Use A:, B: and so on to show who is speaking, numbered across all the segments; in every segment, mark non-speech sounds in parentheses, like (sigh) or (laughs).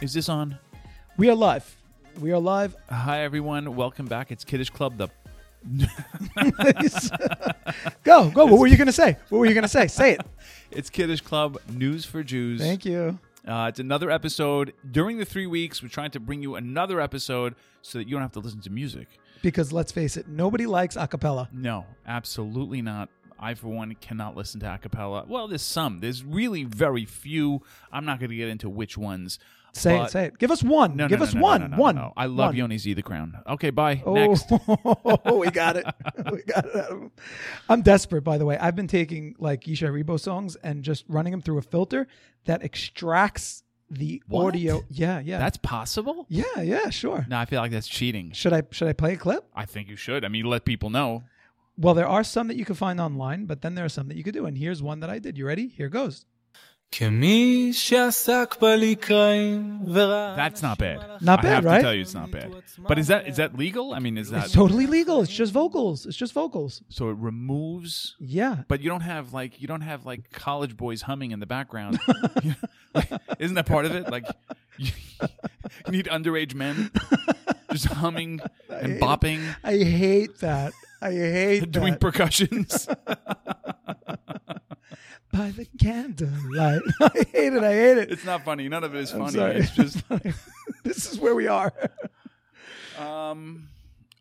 A: Is this on?
B: We are live. We are live. (laughs)
A: Hi, everyone. Welcome back. It's Kiddish Club, the
B: Go, go. What were you going to say? What were you going to say? Say it.
A: It's Kiddish Club News for Jews.
B: Thank you.
A: Uh, it's another episode. During the three weeks, we're trying to bring you another episode so that you don't have to listen to music.
B: Because let's face it, nobody likes a cappella.
A: No, absolutely not. I, for one, cannot listen to a cappella. Well, there's some. There's really very few. I'm not going to get into which ones.
B: Say
A: but-
B: it, say it. Give us one.
A: No, no,
B: Give
A: no,
B: us
A: no, no,
B: one.
A: no, no,
B: one.
A: no. I love
B: one.
A: Yoni Z the Crown. Okay, bye.
B: Oh,
A: Next.
B: (laughs) we got it. We got it. out of him. I'm desperate, by the way. I've been taking like Yisha Rebo songs and just running them through a filter that extracts the
A: What?
B: audio. Yeah, yeah.
A: That's possible?
B: yeah, yeah, sure.
A: No, I feel like that's cheating.
B: Should I should I play a clip?
A: I think you should. I mean, let people know.
B: Well, there are some that you can find online, but then there are some that you could do. And here's one that I did. You ready? Here goes.
C: כמי שעסק בלקראים וראה...
A: That's not bad.
B: Not
A: I
B: bad,
A: have
B: right?
A: to tell you, it's not bad. But is that is that legal? I mean, is that
B: It's totally legal. It's just vocals. It's just vocals.
A: so? It removes,
B: Yeah.
A: but you don't have like you don't have like college boys humming in the
B: (laughs)
A: background. (laughs) Like, isn't that part of it? Like (laughs) you, you need underage men just humming and
B: hate it.
A: bopping,
B: I hate that. I
A: (laughs)
B: hate
A: doing
B: that.
A: percussions. (laughs)
B: By the candlelight. (laughs) I hate it. I hate it.
A: it's not funny. None of it is funny.
B: sorry.
A: It's
B: (laughs)
A: just
B: This is where we are.
A: um,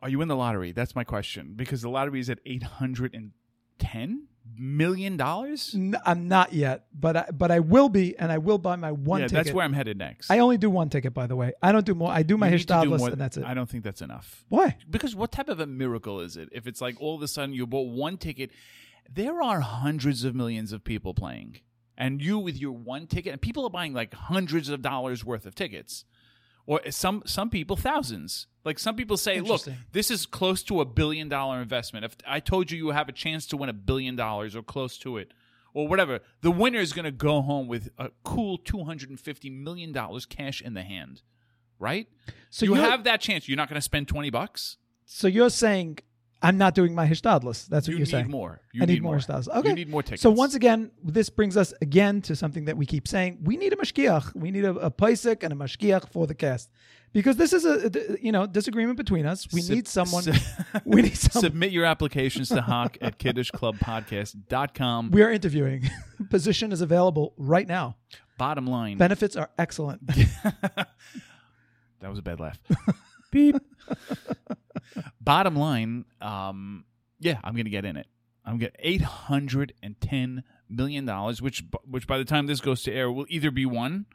A: are you in the lottery? That's my question because the lottery is at eight hundred and ten million dollars.
B: N- I'm not yet, but I, but I will be, and I will buy my one
A: yeah,
B: ticket.
A: that's where I'm headed next.
B: I only do one ticket, by the way. I don't do more. I do my
A: You need to do
B: hishtadlis,
A: more-
B: and that's it.
A: I don't think that's enough.
B: Why?
A: Because what type of a miracle is it if it's like all of a sudden you bought one ticket? There are hundreds of millions of people playing, and you with your one ticket, and people are buying like hundreds of dollars worth of tickets, or some some people thousands. Like some people say, look,
B: Interesting.
A: this is close to a billion dollar investment. If I told you you have a chance to win a billion dollars or close to it. Or whatever, the winner is going to go home with a cool two hundred and fifty million dollars cash in the hand, right?
B: So
A: you
B: you're-
A: have that chance. You're not going to spend twenty bucks.
B: So you're saying I'm not doing my hishtadlis. That's
A: You
B: what you're
A: need
B: saying.
A: more. You
B: I need,
A: need
B: more
A: more.
B: hishtadlis.
A: You
B: Okay.
A: need more tickets.
B: So once again, this brings us again to something that we keep saying: we need a mashkiach. We need a, a paisik and a mashkiach for the cast, because this is a, a- you know disagreement between us. We
A: Sub-
B: need someone. (laughs)
A: sub-
B: we need someone.
A: Submit your applications to Hawk at kiddishclubpodcast.com.
B: we are interviewing. (laughs) Position is available right now.
A: Bottom line.
B: Benefits are excellent.
A: that was a bad
B: (laughs)
A: laugh. Bottom line, um, yeah, I'm going to get in it. I'm going to eight hundred and ten million dollars, which b- which by the time this goes to air will either be won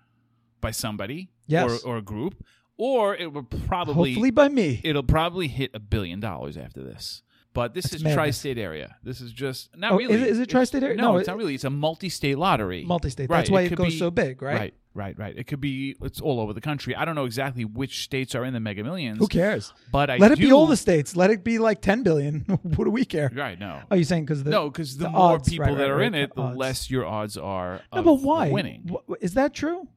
A: by somebody
B: Yes.
A: or, or a group, or it will probably
B: Hopefully by me.
A: it'll probably hit a billion dollars after this. But this is
B: madness.
A: tri-state area. This is just not
B: Oh,
A: really.
B: is it- is it
A: It's-
B: tri-state area?
A: No,
B: No,
A: it's
B: it-
A: not really. It's a multi-state lottery.
B: Multi-state.
A: Right,
B: That's why it,
A: could
B: goes
A: be-
B: so big, right?
A: Right, right, right. It could be. It's all over the country. I don't know exactly which states are in the Mega Millions.
B: Who cares?
A: But I
B: Let it be
A: do-
B: all the states. Let it be like ten billion. (laughs) what do we care?
A: Right. No.
B: Are you saying because the
A: no, because the,
B: the
A: more
B: odds,
A: people
B: right,
A: that
B: right,
A: are
B: right,
A: in it, the
B: the odds.
A: less your odds are.
B: No,
A: of
B: but why?
A: winning?
B: Wh- Is that true?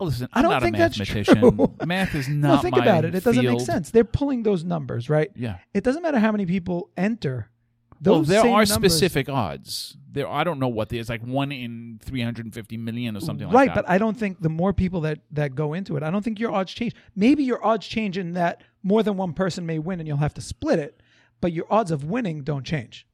A: Listen,
B: I
A: I'm
B: don't
A: not
B: think
A: a
B: that's
A: mathematician.
B: true. (laughs)
A: Math is
B: No,
A: not.
B: think
A: my
B: about it. It doesn't make
A: field.
B: sense. They're pulling those numbers, right?
A: Yeah.
B: It doesn't matter how many people enter. Those
A: Well, there
B: same
A: are
B: numbers-
A: specific odds. There, I don't know what there's like one in three hundred and fifty million or something
B: right?
A: like that.
B: But I don't think the more people that that go into it, I don't think your odds change. Maybe your odds change in that more than one person may win, and you'll have to split it. But your odds of winning don't change.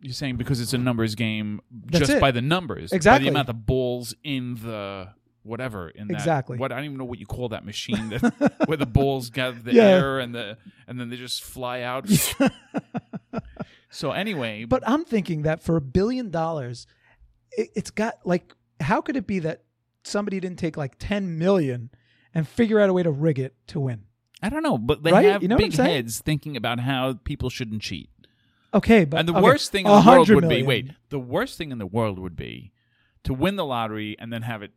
A: you're saying because it's a numbers game,
B: That's
A: just
B: it.
A: by the numbers, by
B: Exactly.
A: the amount of balls in the whatever in that,
B: Exactly.
A: What I don't even know what you call that machine that
B: (laughs)
A: where the balls gather the
B: Yeah.
A: air and the and then they just fly
B: (laughs)
A: out. so anyway,
B: But I'm thinking that for a billion dollars, it, it's got like how could it be that somebody didn't take like ten million and figure out a way to rig it to win?
A: I don't know. But they
B: Right?
A: have
B: You know what I'm
A: big
B: saying?
A: heads thinking about how people shouldn't cheat.
B: Okay, but
A: and the
B: okay,
A: worst thing in the world
B: 100
A: would be
B: million.
A: wait the worst thing in the world would be to win the lottery and then have it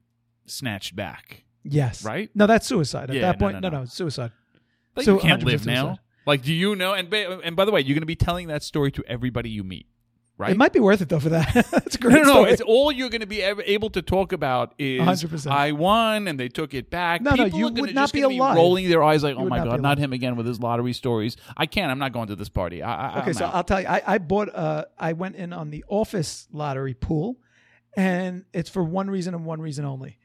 A: snatched back
B: Yes.
A: Right?
B: No, that's suicide. At
A: Yeah,
B: that
A: no,
B: point,
A: no,
B: no,
A: no.
B: no, it's suicide.
A: like
B: So
A: you can't
B: 100%
A: live now
B: suicide.
A: like do you know and ba- and by the way you're going to be telling that story to everybody you meet right
B: It might be worth it though for that. (laughs) that's a
A: no,
B: great.
A: no, no.
B: story.
A: It's all you're going to be ever able to talk about is
B: 100%.
A: I won and they took it back.
B: No, no,
A: People
B: you
A: are gonna,
B: would not
A: just
B: be
A: gonna
B: alive.
A: rolling their eyes like,
B: You
A: "Oh
B: would
A: my
B: not be
A: god, not
B: alive.
A: him again with his lottery stories." I can't. I'm not going to this party. I, I,
B: okay,
A: I'm
B: so
A: out.
B: I'll tell you. I, I bought. Uh, I went in on the office lottery pool, and it's for one reason and one reason only,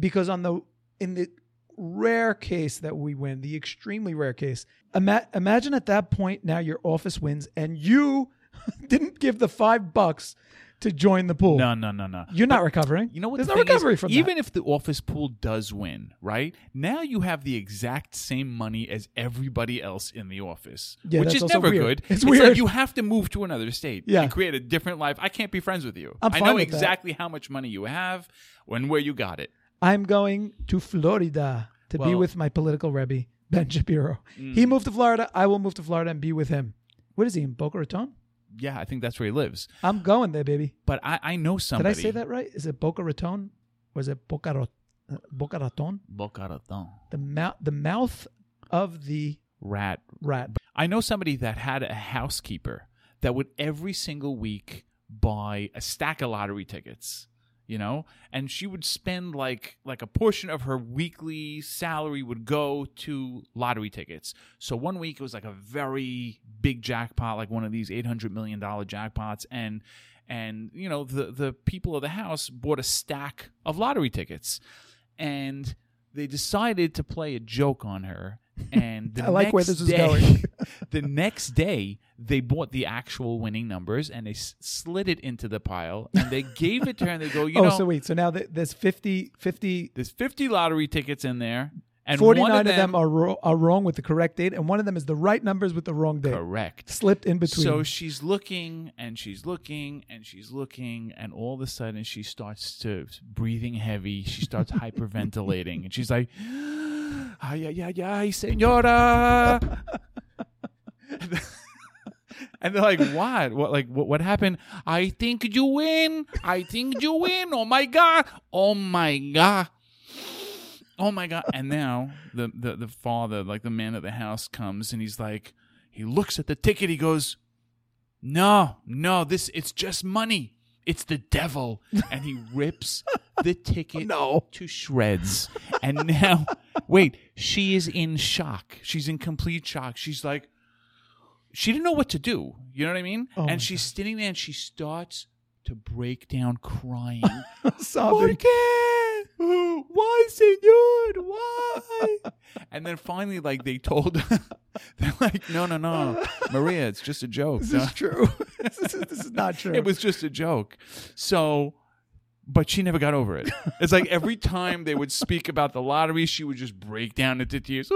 B: because on the in the rare case that we win, the extremely rare case, ima- imagine at that point now your office wins and you (laughs) didn't give the five bucks to join the pool.
A: No, no, no, no.
B: You're not recovering.
A: You know what?
B: There's
A: the
B: no
A: thing is,
B: recovery from
A: even
B: that.
A: if the office pool does win, right? Now you have the exact same money as everybody else in the office,
B: Yeah,
A: which
B: that's
A: is
B: also
A: never
B: weird.
A: good.
B: It's
A: like
B: weird.
A: you have to move to another state
B: Yeah.
A: and create a different life. I can't be friends with you.
B: I'm
A: I
B: fine
A: know
B: with that.
A: exactly how much money you have and where you got it.
B: I'm going to Florida to be
A: Well- Mm.
B: with my political rebbe, Ben Shapiro. He moved to Florida. I will move to Florida and be with him. What is he in Boca Raton?
A: Yeah, I think that's where he lives.
B: I'm going there, baby.
A: But I, I know
B: Did
A: somebody.
B: I say that right? Is it Boca Raton? Or is it Boca, Ro- uh, Boca Raton?
A: Boca Raton.
B: The, mou- the mouth of the
A: Rat
B: rat.
A: I know somebody that had a housekeeper that would every single week buy a stack of lottery tickets, you know, and she would spend like like a portion of her weekly salary would go to lottery tickets. So one week it was like a very big jackpot, like one of these eight hundred million dollar jackpots, and and you know the the people of the house bought a stack of lottery tickets, and they decided to play a joke on
B: (laughs)
A: her. And the
B: I like where
A: next
B: this is
A: day-
B: going.
A: (laughs) the next day they bought the actual winning numbers and they s- slid it into the pile and they gave it to her and they go you
B: (laughs) oh,
A: know
B: so wait. So now th- there's 50, 50
A: there's 50 lottery tickets in there and
B: 49
A: one
B: of them, are, ro- are wrong with the correct date, and one of them is the right numbers with the wrong date.
A: correct
B: Slipped in between. (laughs)
A: so she's looking and she's looking and she's looking and all of a sudden she starts to breathing heavy she
B: (laughs)
A: starts hyperventilating and she's like (gasps) ay ay ay ay senora (laughs) And they're like, "What? What? Like, what? What happened? I think you win. I think you win. Oh my god! Oh my god! Oh my god!" And now the the the father, like the man of the house, comes and he's like, he looks at the ticket. He goes, "No, no, this it's just money. It's the devil." And
B: (laughs)
A: he rips the ticket
B: No.
A: to shreds. And now, wait, she is in shock. She's in complete shock. She's like she didn't know what to do. You know what I mean?
B: Oh my
A: and she's sitting there and she starts to break down crying.
B: (laughs)
A: (laughs)
B: Sobbing. (laughs)
A: qué? Why, señor? Why? (laughs) and then finally, like, they told (laughs) her, they're like, no, no, no, Maria, it's just a joke.
B: This
A: No,
B: is true. (laughs) this, is, this is not true.
A: (laughs) It was just a joke. So, but she never got over it. It's like
B: (laughs)
A: every time they would speak about the lottery, she would just break down into tears.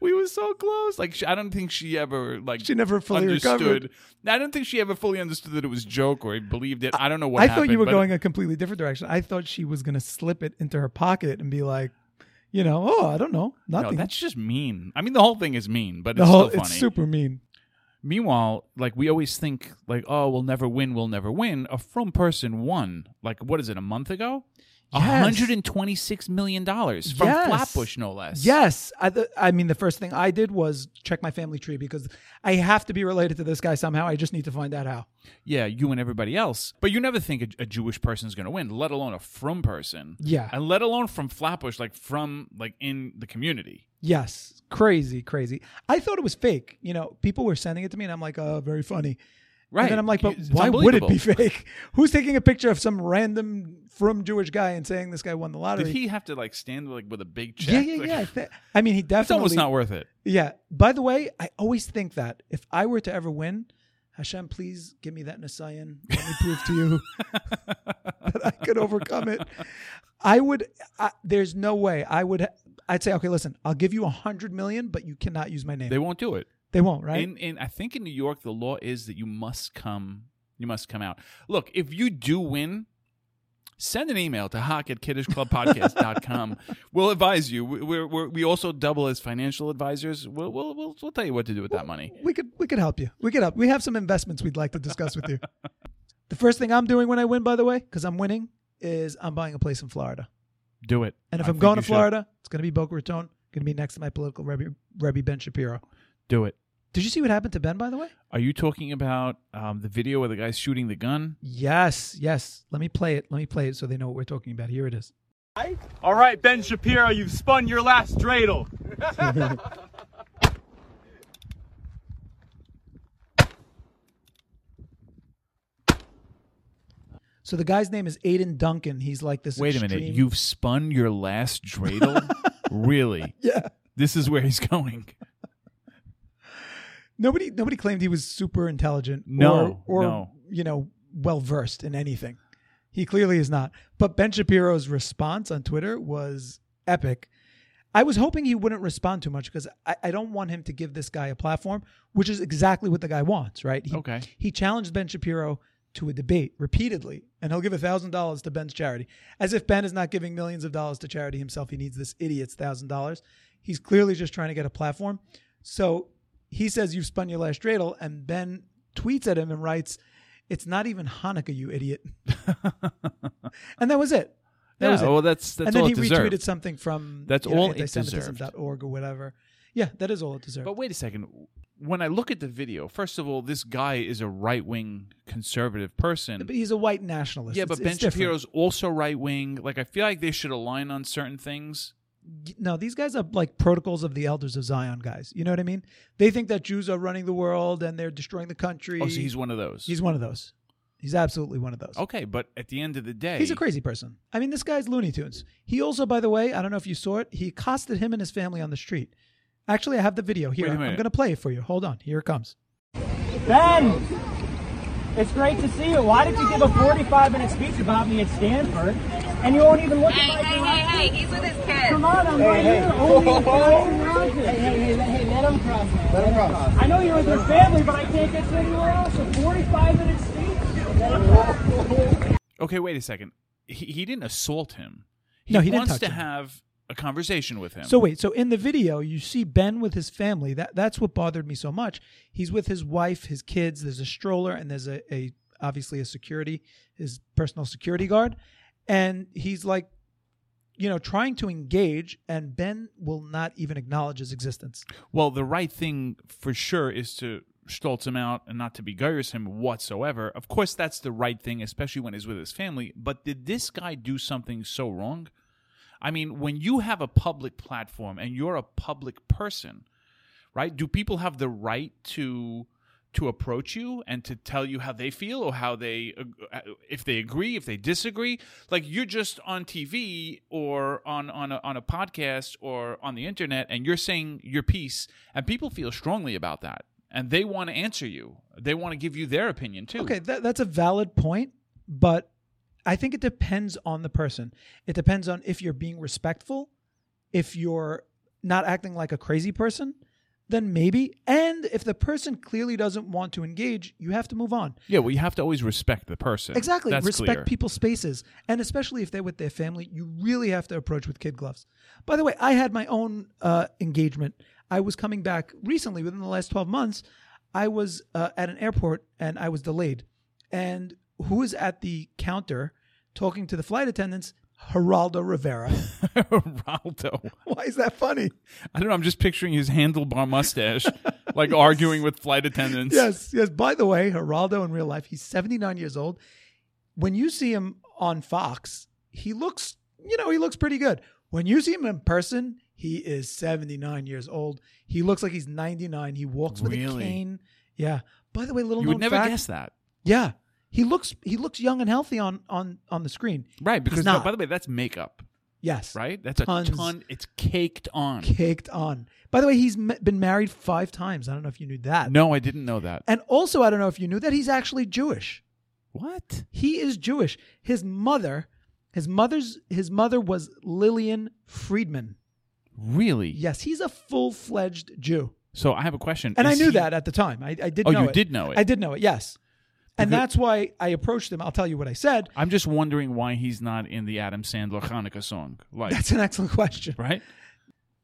A: we were so close. Like, she, I don't think she ever, like,
B: she never fully
A: understood.
B: recovered.
A: I don't think she ever fully understood that it was a joke or believed it. I don't know what
B: I
A: happened,
B: thought you were
A: but-
B: going a completely different direction. I thought she was going to slip it into her pocket and be like, you know, oh, I don't know,
A: No,
B: nothing.
A: that's just mean. I mean, the whole thing is mean, but
B: the
A: it's
B: whole,
A: still funny.
B: it's super mean.
A: Meanwhile, like we always think, like, oh, we'll never win, we'll never win. A from person won, like, what is it, a month ago?
B: Yes.
A: $126 million from
B: Yes.
A: Flatbush, no less.
B: Yes, I, th- I mean, the first thing I did was check my family tree because I have to be related to this guy somehow. I just need to find out how.
A: Yeah, you and everybody else. But you never think a, a Jewish person's going to win, let alone a from person.
B: Yeah.
A: And let alone from Flatbush, like from, like, in the community.
B: Yes, crazy, crazy. I thought it was fake. You know, people were sending it to me, and I'm like, "Oh, very funny."
A: Right.
B: And then I'm like, "But
A: It's
B: why would it
A: unbelievable.
B: be fake? (laughs) Who's taking a picture of some random from Jewish guy and saying this guy won the lottery?"
A: Did he have to, like, stand, like, with a big check?
B: yeah, yeah,
A: Like,
B: yeah. I, thi- I mean, he
A: It's almost
B: definitely.
A: not worth it.
B: yeah. By the way, I always think that if I were to ever win, Hashem, please give me that Nisayan. Let me prove
A: (laughs)
B: to you that I could overcome it. I would. I, there's no way I would. I'd say, okay, listen, I'll give you a hundred million, but you cannot use my name.
A: They
B: They,
A: won't do it.
B: won't, right?
A: In, in I think in New York the law is that you must come you must come out. Look, if you do win, send an email to hock at (laughs) kiddishclubpodcast.com. we'll advise you. We, we're, we're, we also double as financial advisors. We'll, we'll, we'll, we'll tell you what to do with that money.
B: we could we could help you. We could help. We have some investments we'd like to
A: (laughs)
B: discuss with you. The first thing I'm doing when I win, by the way, because I'm winning, is I'm buying a place in Florida.
A: Do it.
B: And if
A: I
B: I'm
A: think
B: going
A: you
B: to
A: should.
B: Florida, it's going to be Boca Raton. Going to be next to my political Rebbe, Rebbe Ben Shapiro.
A: do it.
B: Did you see what happened to Ben, by the way?
A: Are you talking about um, the video where the guy's shooting the gun?
B: Yes, yes. Let me play it. Let me play it so they know what we're talking about. Here it is.
D: All right, Ben Shapiro, you've spun your last dreidel.
B: So the guy's name is Aiden Duncan. He's like this.
A: Wait a minute.
B: extreme-
A: You've spun your last dreidel? (laughs) really?
B: (laughs) yeah.
A: This is where he's going.
B: Nobody nobody claimed he was super intelligent.
A: No,
B: or, or
A: no.
B: you know well versed in anything. He clearly is not. But Ben Shapiro's response on Twitter was epic. I was hoping he wouldn't respond too much because I, I don't want him to give this guy a platform, which is exactly what the guy wants, right? He,
A: Okay.
B: He challenged Ben Shapiro to a debate repeatedly, and he'll give thousand dollars to Ben's charity, as if Ben is not giving millions of dollars to charity himself. He needs this idiot's thousand dollars. He's clearly just trying to get a platform. So he says, "You've spun your last dreidel," and Ben tweets at him and writes, "It's not even Hanukkah, you idiot." (laughs) and that was it. That
A: yeah,
B: was it.
A: well, that's that's
B: and then
A: all
B: he
A: it deserved.
B: retweeted something from
A: That's
B: you know,
A: all it
B: antisemitism dot org or whatever. Yeah, that is all it deserved.
A: But wait a second. When I look at the video, first of all, this guy is a right wing conservative person.
B: But he's a white nationalist.
A: yeah,
B: It's-
A: but Ben
B: it's different.
A: Shapiro's also right wing. Like I feel like they should align on certain things.
B: no, these guys are like protocols of the elders of Zion guys. You know what I mean? They think that Jews are running the world and they're destroying the country.
A: Oh, so he's one of those.
B: He's one of those. He's absolutely one of those.
A: okay, but at the end of the day,
B: He's a crazy person. I mean, this guy's Looney Tunes. He also, by the way, I don't know if you saw it, he accosted him and his family on the street. Actually, I have the video here.
A: Wait a
B: I'm
A: minute.
B: going to play it for you. Hold on. Here it comes.
E: Ben, it's great to see you. Why did you give a 45 minute speech about me at Stanford and you won't even look at
F: Hey,
E: my
F: hey,
E: direction?
F: hey, hey, he's with his kids.
E: Come on, I'm right here. Oh, Only (laughs) in thousand houses. Hey, hey, hey, hey, let him cross. Let him cross. I know you're with your family, but I can't get to anywhere else. A 45 minute speech? Let him (laughs) cross.
A: okay. Wait a second. He, he didn't assault him. He
B: No, he didn't
A: wants
B: touch
A: to
B: him.
A: have a conversation with him.
B: So wait, so in the video you see Ben with his family. That that's what bothered me so much. He's with his wife, his kids. There's a stroller and there's a, a obviously a security, his personal security guard, and he's like, you know, trying to engage, and Ben will not even acknowledge his existence.
A: Well, the right thing for sure is to stolz him out and not to begars him whatsoever. Of course, that's the right thing, especially when he's with his family. But did this guy do something so wrong? I mean, when you have a public platform and you're a public person, right? Do people have the right to to approach you and to tell you how they feel or how they uh, if they agree, if they disagree? Like you're just on TV or on on a, on a podcast or on the internet and you're saying your piece and people feel strongly about that and they want to answer you. They want to give you their opinion too.
B: Okay, that, that's a valid point, but I think it depends on the person. It depends on if you're being respectful, if you're not acting like a crazy person, then maybe. And if the person clearly doesn't want to engage, you have to move on.
A: Yeah, well you have to always respect the person.
B: Exactly.
A: That's
B: Respect
A: (laughs) clear.
B: people's spaces. And especially if they're with their family, you really have to approach with kid gloves. By the way, I had my own uh, engagement. I was coming back recently within the last 12 months. I was uh, at an airport and I was delayed. And who was at the counter talking to the flight attendants? Geraldo Rivera. (laughs)
A: Geraldo.
B: Why is that funny?
A: I don't know. I'm just picturing his handlebar
B: (laughs)
A: mustache, like arguing with flight attendants.
B: Yes, yes. By the way, Geraldo in real life, he's 79 years old. When you see him on Fox, he looks, you know, he looks pretty good. When you see him in person, he is 79 years old. He looks like he's 99. He walks with
A: Really?
B: a cane. Yeah. By the way, little
A: you
B: known
A: would never
B: fact-
A: guess that,
B: Yeah. He looks he looks young and healthy on on on the screen.
A: right? Because
B: He's not.
A: by the way, that's makeup,
B: Yes.
A: right? That's a
B: Tons.
A: ton. It's caked on.
B: Caked on. By the way, he's m- been married 5 times. I don't know if you knew that.
A: No, I didn't know that.
B: And also, I don't know if you knew that he's actually Jewish.
A: What?
B: He is Jewish. His mother, his mother's his mother was Lillian Friedman.
A: Really?
B: Yes, he's a full fledged Jew.
A: So I have a question.
B: And I
A: Is
B: knew
A: he-
B: that at the time. I, I did
A: Oh,
B: know
A: you
B: it.
A: did know it.
B: I did know it, yes. And
A: Because-
B: that's why I approached him. I'll tell you what I said.
A: I'm just wondering why he's not in the Adam Sandler Hanukkah song, like
B: That's an excellent question.
A: right?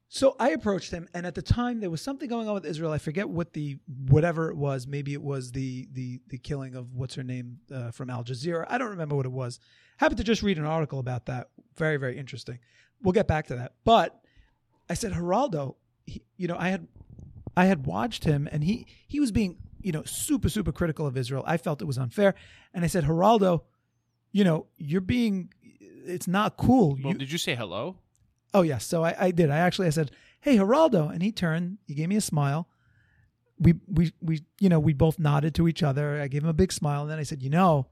B: So I approached him, and at the time there was something going on with Israel. I forget what the whatever it was. Maybe it was the the the killing of what's her name uh, from Al Jazeera. I don't remember what it was. Happened to just read an article about that. Very very interesting. We'll get back to that. But I said, Geraldo, he, you know, I had I had watched him, and he he was being you know super super critical of Israel. I felt it was unfair, and I said, Geraldo, you know, you're being it's not cool.
A: Well,
B: You-
A: did you say hello?
B: Oh yes, so I, I did. I actually I said, "Hey, Geraldo," and he turned. He gave me a smile. We we we you know we both nodded to each other. I gave him a big smile, and then I said, "You know,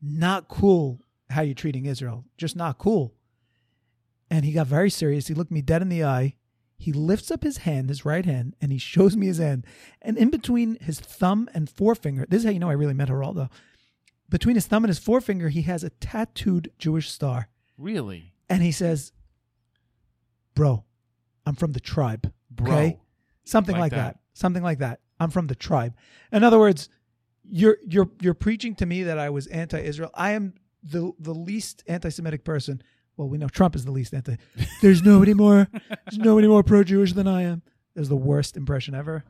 B: not cool how you're treating Israel. Just not cool. And he got very serious. He looked me dead in the eye. He lifts up his hand, his right hand, and he shows me his hand. And in between his thumb and forefinger, this is how you know I really met Geraldo. Between his thumb and his forefinger, he has a tattooed Jewish star.
A: Really?
B: And he says, Bro, I'm from the tribe.
A: Bro.
B: Something
A: Like
B: like,
A: that.
B: that. Something like that. I'm from the tribe. In other words, you're you're you're preaching to me that I was anti-Israel. I am the the least anti-Semitic person. Well, we know Trump is the least anti. There's nobody more. There's nobody more pro-Jewish than I am. That was the worst impression ever.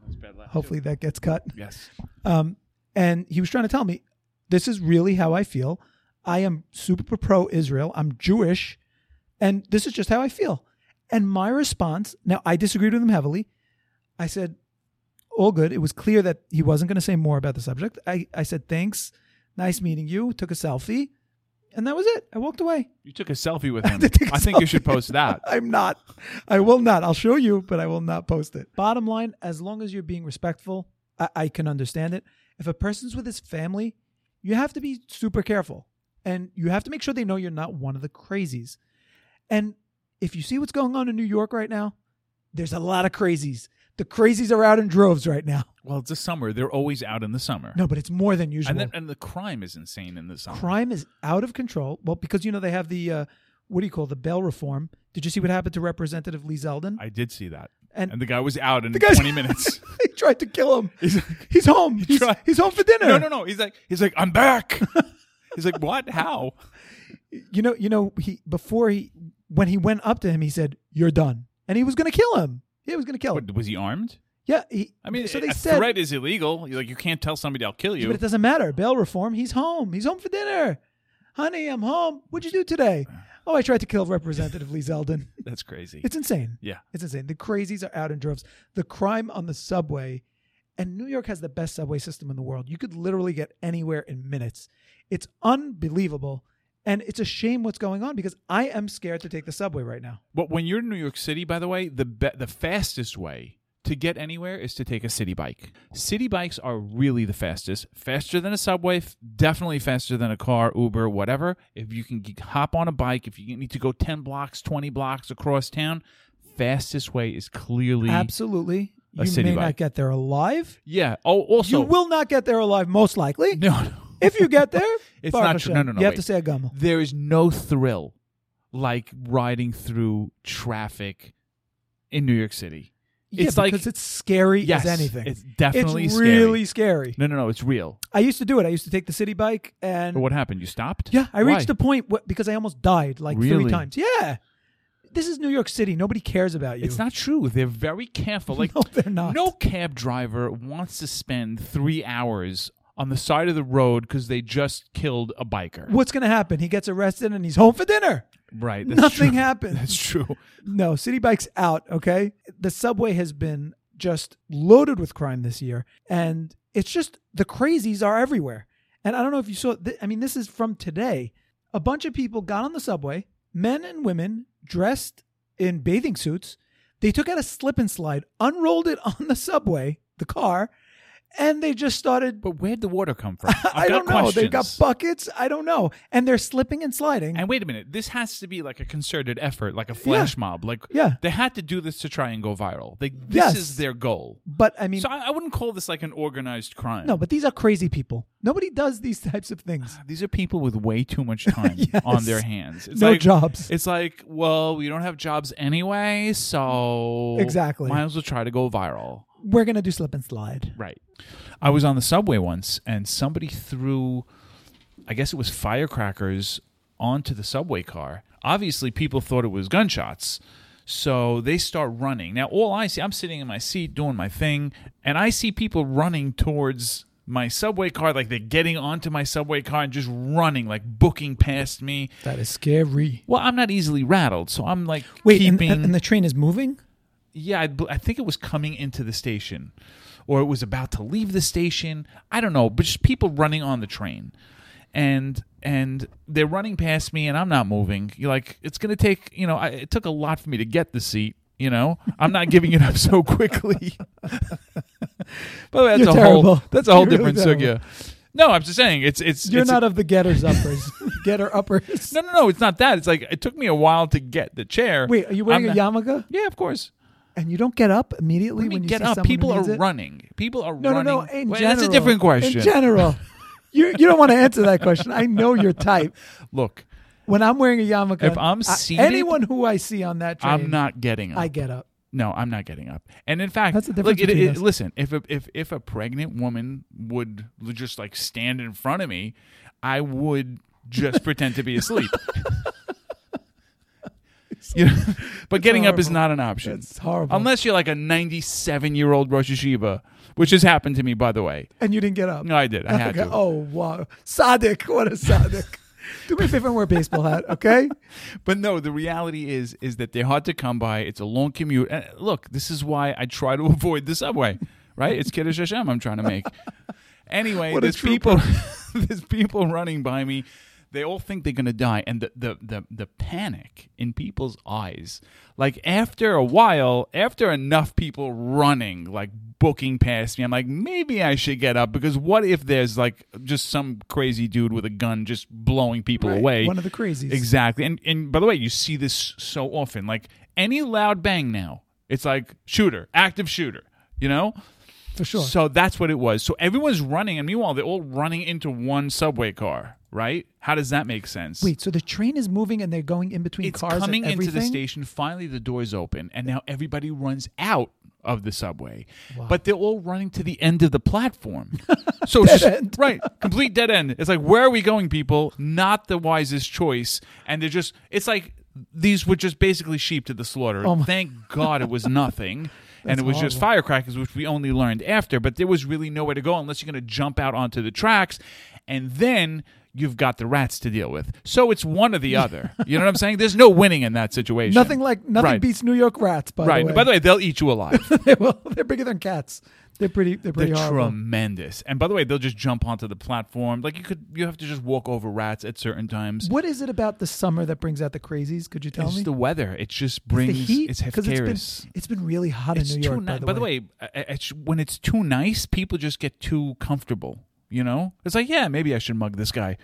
B: Hopefully that gets cut. (laughs)
A: Yes.
B: Um, and he was trying to tell me, this is really how I feel. I am super pro Israel. I'm Jewish. And this is just how I feel. And my response now, I disagreed with him heavily. I said, all good. It was clear that he wasn't going to say more about the subject. I, I said, thanks. Nice meeting you. Took a selfie. And that was it. I walked away.
A: You took a selfie with him.
B: (laughs) I took a
A: I think you
B: selfie.
A: should post that.
B: I'm not. I will not. I'll show you, but I will not post it. Bottom line, as long as you're being respectful, I, I can understand it. If a person's with his family, you have to be super careful. And you have to make sure they know you're not one of the crazies. And if you see what's going on in New York right now, there's a lot of crazies. The crazies are out in droves right now.
A: Well, it's the summer. They're always out in the summer.
B: No, but it's more than usual.
A: And, then, uh, and the crime is insane in the summer.
B: crime is out of control. Well, because you know they have the uh, what do you call it, the bail reform? Did you see what happened to Representative Lee Zeldin?
A: I did see that. And,
B: And-
A: the guy was out in
B: The guy's-
A: 20 minutes.
B: they tried to kill him.
A: He's
B: (laughs) He's,
A: like-
B: home. He's,
A: tried-
B: he's home for dinner.
A: no, no, no. He's like, he's like, I'm
B: (laughs)
A: back. he's like, what? How?
B: You know, you know, he before he when he went up to him, he said, "You're done," and he was going to kill him. He was going to kill him.
A: But was he armed?
B: yeah. He,
A: I mean,
B: Oh. so
A: a-
B: they
A: a
B: said,
A: threat is illegal. You're like, you can't tell somebody I'll kill you.
B: but it doesn't matter. Bail reform. He's home. He's home for dinner. Honey, I'm home. What'd you do
A: (sighs)
B: today? Oh, I tried to kill Representative Lee Zeldin.
A: That's crazy.
B: It's insane.
A: Yeah.
B: It's insane. The crazies are out in droves. The crime on the subway, and New York has the best subway system in the world. You could literally get anywhere in minutes. It's unbelievable. And it's a shame what's going on because I am scared to take the subway right now.
A: But when you're in New York City, by the way, the be- the fastest way to get anywhere is to take a city bike. City bikes are really the fastest, faster than a subway, f- definitely faster than a car, Uber, whatever. If you can g- hop on a bike, if you need to go 10 blocks, 20 blocks across town, fastest way is clearly
B: Absolutely.
A: A
B: You
A: city
B: may
A: bike.
B: not get there alive.
A: Yeah. Oh, also
B: you will not get there alive, most
A: (laughs)
B: likely.
A: No. no.
B: If you get there,
A: (laughs) It's
B: Baruch
A: not true. No,
B: Hashem,
A: no, no,
B: You have
A: wait.
B: to say a gummo.
A: there is no thrill like riding through traffic in New York City. It's
B: yeah,
A: like-
B: because it's scary
A: Yes,
B: as anything.
A: it's definitely
B: it's
A: scary.
B: really scary.
A: No, no, no, it's real.
B: I used to do it. I used to take the city bike and
A: But what happened? You stopped?
B: Yeah, I
A: Why?
B: reached a point wh- because I almost died like
A: Really?
B: three times. Yeah, this is New York City. Nobody cares about you.
A: It's not true. They're very careful. Like
B: (laughs) No, they're not.
A: No cab driver wants to spend three hours on the side of the road because they just killed a biker.
B: What's going to happen? He gets arrested and he's home for dinner.
A: Right.
B: Nothing
A: true. (laughs)
B: happens.
A: That's true.
B: No, city bikes out. Okay, the subway has been just loaded with crime this year, and it's just the crazies are everywhere. And I don't know if you saw. Th- I mean, this is from today. A bunch of people got on the subway, men and women dressed in bathing suits. They took out a slip and slide, unrolled it on the subway, the car, and they just started. (laughs)
A: But where'd the water come from? I've
B: I
A: got
B: don't know. They've got
A: questions.
B: buckets. I don't know, and they're slipping and sliding.
A: And wait a minute. This has to be like a concerted effort, like a flash mob. Like
B: Yeah.
A: they had to do this to try and go viral. They, this
B: Yes.
A: is their goal.
B: but I mean,
A: So I, I wouldn't call this like an organized crime.
B: no. But these are crazy people. Nobody does these (laughs) types of things.
A: These are people with way too
B: (laughs)
A: much time
B: Yes.
A: on their hands. It's
B: No
A: like,
B: jobs.
A: It's like, well, we don't have jobs anyway, so
B: Exactly.
A: might as well try to go viral.
B: We're gonna do slip and slide.
A: Right. I was on the subway once, and somebody threw, I guess it was firecrackers onto the subway car. Obviously, people thought it was gunshots. So they start running. Now, all I see, I'm sitting in my seat doing my thing, and I see people running towards my subway car, like they're getting onto my subway car and just running, like booking past me.
B: That is scary.
A: Well, I'm not easily rattled, so I'm like
B: Wait, and,
A: keeping.
B: and- and the train is moving.
A: yeah, I, bl- I think it was coming into the station, or it was about to leave the station. I don't know, but just people running on the train, and and they're running past me, and I'm not moving. You're like, it's gonna take. You know, I, it took a lot for me to get the seat. You know, I'm not giving it up (laughs) so quickly. By the way, that's
B: You're
A: a whole
B: terrible.
A: that's a whole
B: You're really
A: different
B: terrible.
A: sugya. No, I'm just saying it's it's
B: You're
A: it's
B: not of the getters uppers. (laughs) Getter
A: (laughs)
B: uppers.
A: no no no. It's not that. It's like it took me a while to get the chair.
B: Wait, are you wearing
A: I'm
B: a
A: not-
B: yamaga?
A: Yeah, of course.
B: And you don't get up immediately
A: Let me
B: when you
A: get
B: see
A: up.
B: someone who
A: People are
B: needs it?
A: running. People are
B: No,
A: running.
B: no, no. In
A: Well,
B: general,
A: that's a different question. (laughs)
B: In general, you you don't want to answer that question. I know your type.
A: Look,
B: When I'm wearing a yarmulke,
A: If I'm
B: I-
A: seated,
B: anyone who I see on that train,
A: I'm not getting up.
B: I get up.
A: No, I'm not getting up. And in fact,
B: That's the
A: look,
B: difference
A: it,
B: between
A: it-
B: us.
A: listen, if a, if if a pregnant woman would just like stand in front of me, I would
B: (laughs)
A: just pretend to be asleep. (laughs) You know? but getting up is
B: horrible.
A: not an option.
B: It's horrible.
A: Unless you're like a 97 year old Rosh Hashiva, which has happened to me, by the way.
B: And you didn't get up.
A: No, I
B: (laughs)
A: did. I had
B: Okay.
A: to.
B: Oh wow, Sadik! What a Sadik! (laughs) Do me a favor and wear a baseball hat, okay?
A: But no, the reality is is that they're hard to come by. It's a long commute. And look, this is why I try to (laughs) avoid the subway. Right? It's Kiddush Hashem I'm trying to make. Anyway,
B: What a
A: there's people (laughs)
B: trooper.
A: there's people running by me. They all think they're gonna die, and the, the the the panic in people's eyes. Like after a while, after enough people running, like booking past me, I'm like, maybe I should get up because what if there's like just some crazy dude with a gun just blowing people
B: Right,
A: away?
B: one of the crazies.
A: Exactly. And and by the way, you see this so often. Like any loud bang now, it's like shooter, active shooter, you know?
B: (laughs) For sure.
A: So that's what it was. So everyone's running and meanwhile they're all running into one subway car, right? How does that make sense?
B: Wait, so the train is moving and they're going in between
A: it's
B: cars and
A: coming into the
B: everything?
A: station. Finally, the doors open, and now everybody runs out of the subway. But they're all running to the end of the
B: (laughs)
A: platform. So s-
B: end.
A: right, complete dead end. It's like where are we going, people? Not the wisest choice. And they're just. It's like these were just basically sheep to the slaughter.
B: Oh my-
A: Thank God it was nothing. And
B: (laughs) That's
A: it was just firecrackers, which we only learned after. But there was really nowhere to go unless you're going to jump out onto the tracks, and then you've got the rats to deal with. So it's one or the other. you know what I'm saying? There's no winning in that situation.
B: Nothing like nothing
A: Right.
B: beats New York rats. By
A: right.
B: the way,
A: By the way, they'll eat you alive.
B: (laughs) they will, (laughs) they're bigger than cats. They're pretty. They're pretty
A: They're
B: horrible.
A: tremendous. And by the way, they'll just jump onto the platform. Like you could, you have to just walk over rats at certain times.
B: What is it about the summer that brings out the crazies? Could you tell
A: It's
B: me?
A: the weather. It just brings.
B: the heat
A: It's
B: it's been
A: hefkerous.
B: it's been really hot
A: It's
B: in New York.
A: Too
B: by,
A: ni-
B: the way,
A: way, uh, uh, it's- when it's too nice, people just get too comfortable. You know, it's like, yeah, maybe I should mug this guy.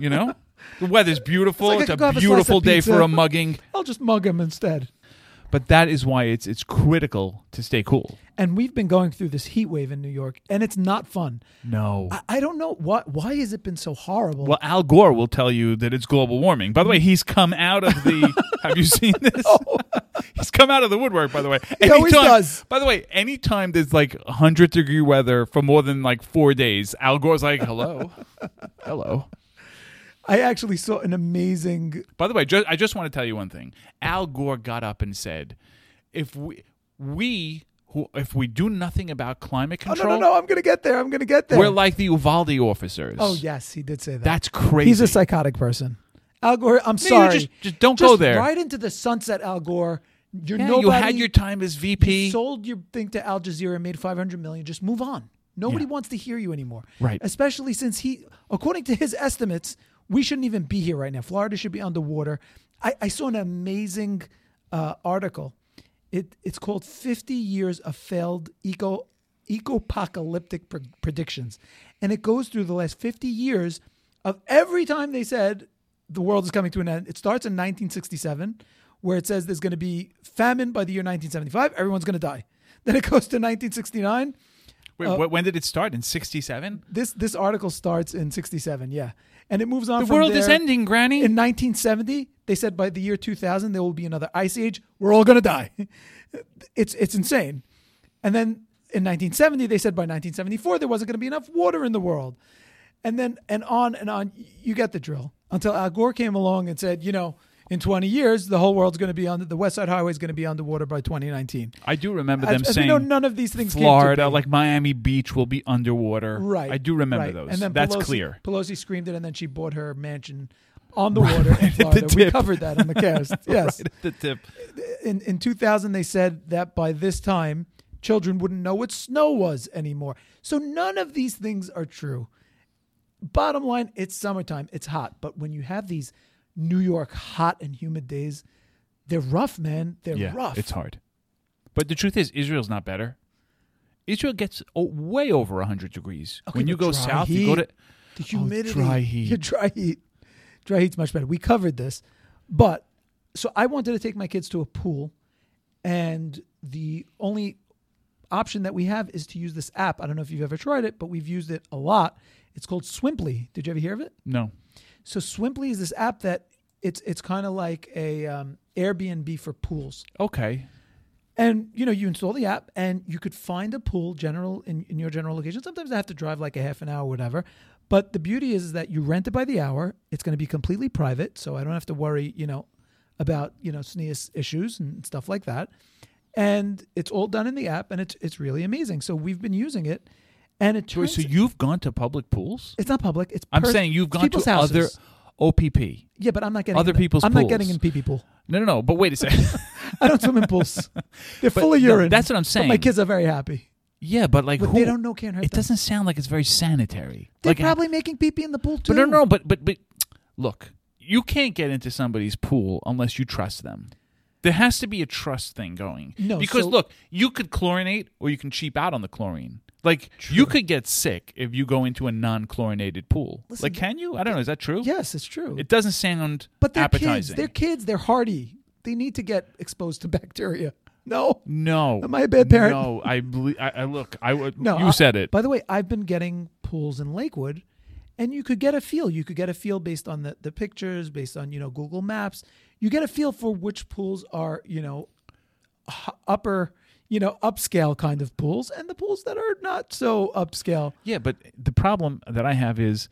A: You
B: (laughs)
A: know, the weather's beautiful.
B: It's like I
A: It's,
B: could go have
A: a
B: a slice of
A: beautiful day
B: pizza.
A: for a mugging,
B: I'll just mug him instead.
A: but that is why it's it's critical to stay cool.
B: And we've been going through this heat wave in New York, and it's not fun.
A: No.
B: I, I don't know what. Why has it been so horrible?
A: well, Al Gore will tell you that it's global warming. By the way, he's come out of
B: (laughs)
A: the. have you seen this? he's come out of the woodwork. By the way, he
B: always does.
A: By the way, anytime there's like hundred degree weather for more than like four days, Al Gore's like,
B: (laughs)
A: "Hello, hello."
B: I actually saw an amazing.
A: By the way, ju- I just want to tell you one thing. Al Gore got up and said, "If we we who if we do nothing about climate
B: Oh
A: control,
B: no, no, no! I'm gonna get there. I'm gonna get there.
A: we're like the Uvalde officers."
B: oh yes, he did say that.
A: that's crazy.
B: He's a psychotic person. Al Gore. I'm
A: you
B: sorry.
A: just- just don't go there.
B: Right into the sunset, Al Gore. You're
A: Yeah,
B: nobody.
A: you had your time as VP.
B: You sold your thing to Al Jazeera, made 500 million. Just move on. Nobody
A: Yeah.
B: wants to hear you anymore.
A: Right.
B: Especially since he, according to his estimates, we shouldn't even be here right now. Florida should be underwater. I, I saw an amazing uh, article. It, it's called 50 Years of Failed Eco Ecopocalyptic Pre- Predictions. And it goes through the last 50 years of every time they said the world is coming to an end. It starts in 1967, where it says there's going to be famine by the year 1975. Everyone's going to die. Then it goes to 1969.
A: Wait, wh- when did it start? In '67?
B: This this article starts in 67, yeah, and it moves on.
A: The
B: from
A: world is
B: there.
A: ending, Granny.
B: In 1970, they said by the year 2000 there will be another ice age. We're all going to die. (laughs) It's it's insane. And then in 1970 they said by 1974 there wasn't going to be enough water in the world. And then and on and on you get the drill. Until Al Gore came along and said, you know, in 20 years the whole world's going to be on the West Side Highway is going to be underwater by 2019.
A: I do remember
B: As-
A: them
B: as we
A: saying
B: know, none of these things came to
A: Florida,
B: be.
A: like Miami Beach, will be underwater.
B: Right.
A: I do remember
B: right.
A: those.
B: And then
A: That's
B: Pelosi,
A: clear.
B: Pelosi screamed it, and then she bought her mansion on the water in Florida. we
A: tip.
B: covered that on the
A: (laughs)
B: cast. (laughs) Yes.
A: Right at the tip.
B: In in 2000, they said that by this time, children wouldn't know what snow was anymore. So none of these things are true. Bottom line, it's summertime. It's hot, but when you have these New York hot and humid days, they're rough, man. They're
A: Yeah,
B: rough.
A: it's hard. But the truth is, Israel's not better. Israel gets oh, way over 100 degrees.
B: Okay,
A: when you
B: the
A: go
B: dry
A: south, you go
B: heat.
A: to
B: The humidity.
A: Oh, dry heat.
B: (laughs) Yeah, dry heat. Dry heat's much better. We covered this. But so I wanted to take my kids to a pool, and the only option that we have is to use this app. I don't know if you've ever tried it, but we've used it a lot. It's called Swimply. Did you ever hear of it?
A: no.
B: So Swimply is this app that it's it's kind of like a um, Airbnb for pools.
A: Okay.
B: And you know, you install the app and you could find a pool general in, in your general location. Sometimes I have to drive like a half an hour or whatever. But the beauty is, is that you rent it by the hour. It's going to be completely private, so I don't have to worry, you know, about, you know, sneeze issues and stuff like that. And it's all done in the app and it's it's really amazing. So we've been using it and it
A: Wait,
B: turns,
A: so you've gone to public pools?
B: it's not public. It's
A: I'm
B: pers-
A: saying you've
B: it's
A: gone
B: people's
A: to
B: houses.
A: other OPP.
B: Yeah, but I'm not getting
A: other
B: in the-
A: people's
B: I'm
A: pools.
B: not getting in pee pee pool.
A: No, no, no. But wait a
B: (laughs)
A: second.
B: I don't swim in
A: (laughs)
B: pools. They're full of
A: no,
B: urine.
A: that's what I'm
B: But my
A: saying.
B: kids are very happy.
A: yeah, but like
B: But
A: who?
B: they don't know can't hurt
A: It
B: them.
A: doesn't sound like it's very sanitary.
B: They're
A: like, uh,
B: probably making pee pee in the pool too.
A: But no, no, but but but look, you can't get into somebody's pool unless you trust them. There has to be a trust thing going.
B: No,
A: because
B: so-
A: look, you could chlorinate or you can cheap out on the chlorine. Like you could get sick if you go into a non-chlorinated pool.
B: Listen,
A: like, can you? I don't know. Is that true?
B: Yes, it's true.
A: It doesn't sound
B: but they're
A: appetizing.
B: kids. They're kids. They're hardy. They need to get exposed to (laughs) bacteria. No.
A: no.
B: Am I a bad parent?
A: No. I believe. I, I look. I would.
B: No.
A: You
B: I-
A: said it.
B: By the way, I've been getting pools in Lakewood and you could get a feel. You could get a feel based on the, the pictures, based on, you know, Google Maps. You get a feel for which pools are, you know, h- upper, you know, upscale kind of pools and the pools that are not so upscale.
A: Yeah, but the problem that I have is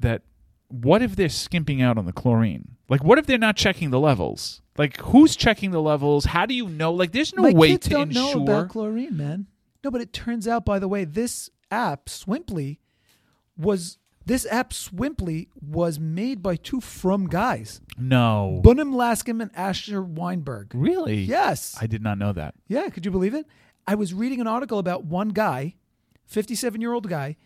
A: that what if they're skimping out on the chlorine? Like, what if they're not checking the levels? Like, who's checking the levels? How do you know? Like, there's no
B: My
A: way
B: kids
A: to
B: don't
A: ensure.
B: know about chlorine, man. No, but it turns out, by the way, this app Swimply was this app Swimply was made by two from guys,
A: no,
B: Bunim Laskim and Asher Weinberg.
A: really?
B: Yes,
A: I did not know that.
B: yeah. Could you believe it? I was reading an article about one guy, fifty-seven-year-old guy.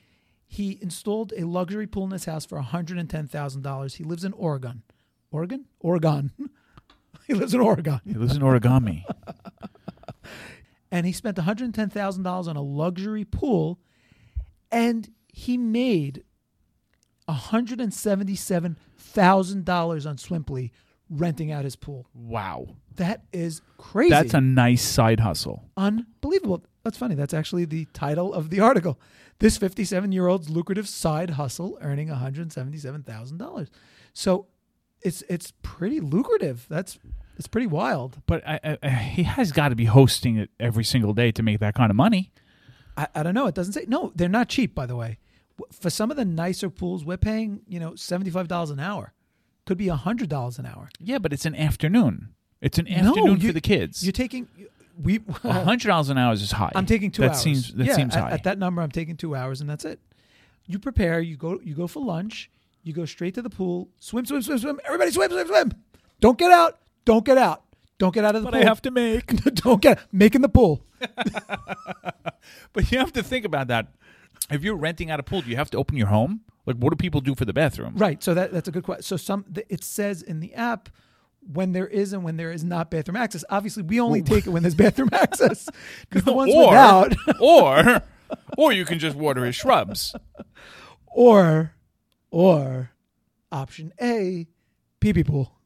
B: He installed a luxury pool in his house for hundred and ten thousand dollars. He lives in Oregon, Oregon, Oregon. (laughs) he lives in Oregon.
A: It was an
B: (laughs)
A: origami.
B: and he spent $110,000 on a luxury pool and he made $177,000 on Swimply renting out his pool.
A: wow,
B: That is crazy.
A: that's a nice side hustle.
B: unbelievable. That's funny. That's actually the title of the article. This 57 year old's lucrative side hustle earning $177,000. So it's it's pretty lucrative. That's it's pretty wild.
A: But I, I, I, he has got to be hosting it every single day to make that kind of money.
B: I, I don't know. It doesn't say. No, they're not cheap, by the way. W- For some of the nicer pools, we're paying you know seventy five dollars an hour. Could be hundred dollars an hour.
A: Yeah, but it's an afternoon. It's an
B: no,
A: afternoon
B: you-
A: for the kids.
B: You're taking we. (laughs)
A: hundred dollars an hour is high.
B: I'm taking two
A: that
B: hours.
A: Seems, that
B: yeah,
A: seems
B: at,
A: high.
B: At that number, I'm taking two hours, and that's it. You prepare. You go. You go for lunch. You go straight to the pool. Swim, swim, swim, swim. Everybody swim, swim, swim. Don't get out. Don't get out. Don't get out of the
A: but
B: pool.
A: I have to make.
B: (laughs) don't get making the pool.
A: But you have to think about that. If you're renting out a pool, do you have to open your home? Like, what do people do for the bathroom?
B: Right. So that, that's a good question. So some th- it says in the app when there is and when there is not bathroom access. Obviously, we only take it when there's
A: (laughs)
B: bathroom access because the ones without (laughs)
A: or, or you can just water his shrubs.
B: or or option A, pee pee pool. (laughs)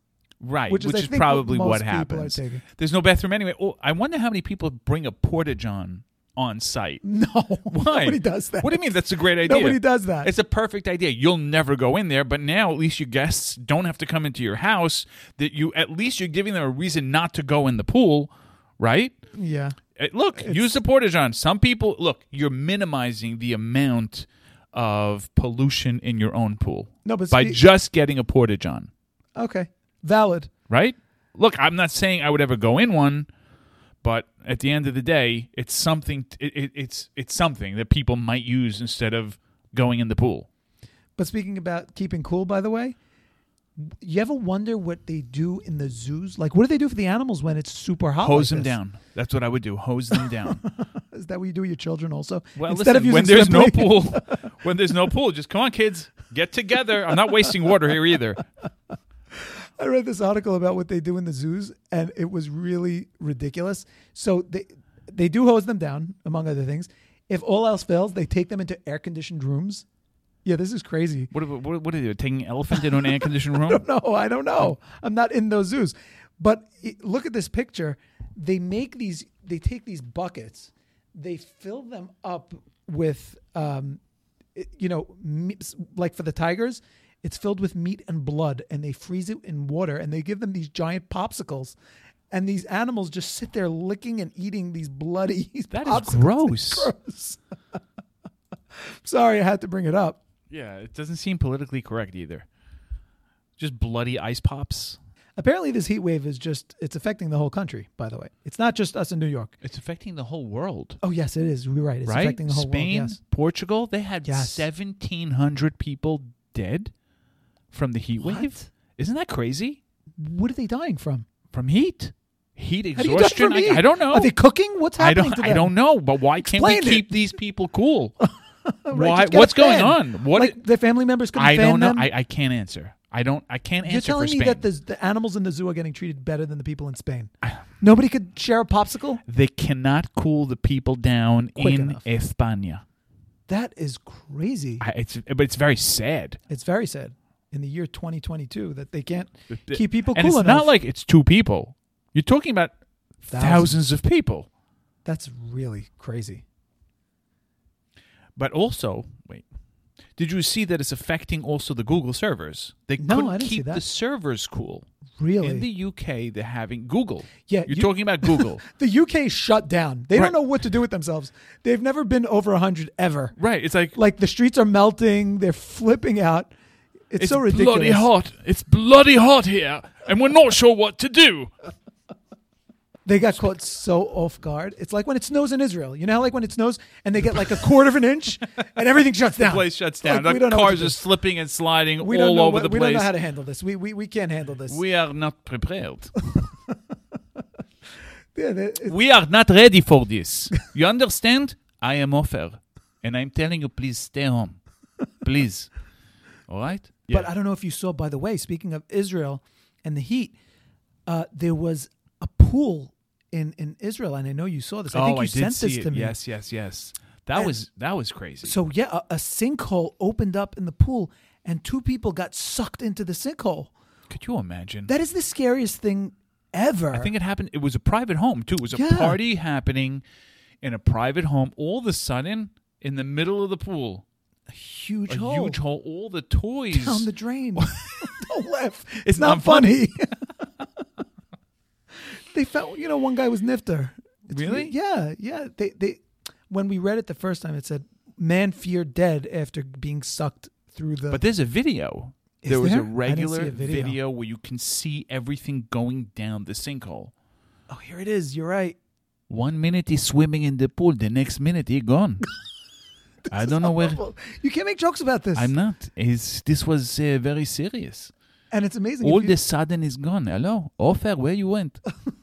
A: Right,
B: Which
A: which
B: is,
A: is,
B: I think, what
A: probably
B: most
A: what
B: people are
A: happens.
B: taking.
A: There's no bathroom anyway. Oh, I wonder how many people bring a porta john on site.
B: No,
A: Why?
B: nobody does that.
A: What do you mean? That's a great idea.
B: Nobody does that.
A: It's a perfect idea. You'll never go in there, but now at least your guests don't have to come into your house. That you at least you're giving them a reason not to go in the pool, right?
B: yeah.
A: Uh, Look, use the portageon. Some people look. You're minimizing the amount of pollution in your own pool.
B: No, but
A: by
B: spe-
A: just getting a portageon,
B: Okay. Valid.
A: right? Look, I'm not saying I would ever go in one, but at the end of the day, it's something. It, it, it's it's something that people might use instead of going in the pool.
B: But speaking about keeping cool, by the way, you ever wonder what they do in the zoos? Like, what do they do for the animals when it's super hot?
A: Hose them
B: like this?
A: down. That's what I would do. Hose them down.
B: Is that what you do with your children also?
A: Well, listen,
B: Instead of (laughs) using
A: when there's no
B: Simply- (laughs)
A: pool, when there's no pool, just come on, kids, get together. I'm not wasting water here either.
B: I read this article about what they do in the zoos, and it was really ridiculous. So they they do hose them down, among other things. If all else fails, they take them into air conditioned rooms. Yeah, this is crazy.
A: What, what, what are they taking an elephant into an air conditioned room?
B: No, I don't know. I'm not in those zoos. But i- look at this picture. They make these, they take these buckets, they fill them up with, um, it- you know, me- s- like for the tigers, it's filled with meat and blood, and they freeze it in water, and they give them these giant popsicles. And these animals just sit there licking and eating these bloody.
A: That
B: popsicles.
A: is gross.
B: gross. (laughs) Sorry, I had to bring it up.
A: Yeah, it doesn't seem politically correct either. Just bloody ice pops.
B: Apparently, this heat wave is just, it's affecting the whole country, by the way. It's not just us in New York.
A: It's affecting the whole world.
B: Oh, yes, it is. You're right. It's
A: right?
B: affecting the whole
A: Spain,
B: world. Yes.
A: Portugal, they had
B: Yes.
A: 1700 people dead from the heat wave.
B: What?
A: Isn't that crazy?
B: What are they dying from?
A: From heat. Heat
B: How do you die
A: exhaustion.
B: from heat?
A: I, I don't know.
B: Are they cooking? What's
A: I
B: happening
A: don't
B: to them?
A: I don't know, but why can't
B: Explain
A: we
B: it.
A: keep these people cool?
B: (laughs) Right,
A: why
B: just get a
A: what's going
B: fan.
A: on? What
B: like their family members couldn't
A: I
B: fan
A: don't know.
B: them?
A: I, I can't answer. I don't I can't
B: You're
A: answer
B: telling
A: for
B: me
A: Spain.
B: that the, the animals in the zoo are getting treated better than the people in Spain? Nobody could share a popsicle?
A: they cannot cool the people down
B: Quick
A: in
B: enough.
A: España.
B: That is crazy.
A: I, it's but it's very sad.
B: It's very sad in the year 2022 that they can't
A: The-
B: keep people
A: and
B: cool
A: It's
B: enough.
A: not like it's two people. You're talking about
B: Thousands.
A: thousands of people.
B: That's really crazy.
A: But also, wait. Did you see that it's affecting also the Google servers? They
B: No,
A: couldn't
B: I didn't see
A: keep
B: that.
A: the servers cool.
B: Really?
A: In the UK, they're having Google.
B: Yeah,
A: you're
B: you-
A: talking about
B: (laughs)
A: Google,
B: The UK shut down. They
A: Right.
B: don't know what to do with themselves. They've never been over 100 ever.
A: right? It's like,
B: Like the streets are melting, they're flipping out. It's,
A: it's
B: so ridiculous.
A: bloody hot. It's bloody hot here, and we're not sure what to
B: (laughs)
A: do.
B: They got caught so off guard. It's like when it snows in Israel. You know, how, like when it snows and they get like a quarter of an inch and everything shuts down.
A: Place shuts down.
B: Like,
A: the
B: we don't know what
A: cars
B: to do.
A: are slipping and sliding
B: we don't
A: all
B: know
A: over
B: what-
A: the
B: we
A: place.
B: don't know how to handle this. We, we, we can't handle this.
A: we are not prepared.
B: Yeah, they- it-
A: we are not ready for this. You understand? I am offer, and I'm telling you, please stay home, please. All right.
B: But I don't know if you saw, by the way, speaking of Israel and the heat, uh, there was a pool in, in Israel, and I know you saw this.
A: Oh,
B: I think you sent this to me.
A: Yes, yes, yes. That
B: And-
A: was that was crazy.
B: So, yeah, a, a sinkhole opened up in the pool, and two people got sucked into the sinkhole.
A: Could you imagine?
B: That is the scariest thing ever.
A: I think it happened. It was a private home too. It was a
B: Yeah.
A: party happening in a private home. All of a sudden, in the middle of the pool,
B: huge
A: a
B: hole
A: huge hole. All the toys.
B: down the drain. (laughs) Don't laugh. It's
A: not
B: not funny. (laughs) they found, you know, one guy was Nifter. It's
A: Really?
B: re- Yeah, yeah. They they when we read it the first time, it said man feared dead after being sucked through the.
A: but there's a video.
B: Is
A: there was
B: there?
A: a
B: I didn't
A: regular
B: see a video.
A: where you can see everything going down the sinkhole.
B: oh, here it is. You're right.
A: One minute he's swimming in the pool, the next minute he's
B: (laughs)
A: gone. I don't know where.
B: Well, (laughs) you can't make jokes about this.
A: I'm not. It's, this was uh, very serious.
B: and it's amazing.
A: All
B: All
A: of a sudden is gone. Hello, Offer, where you went?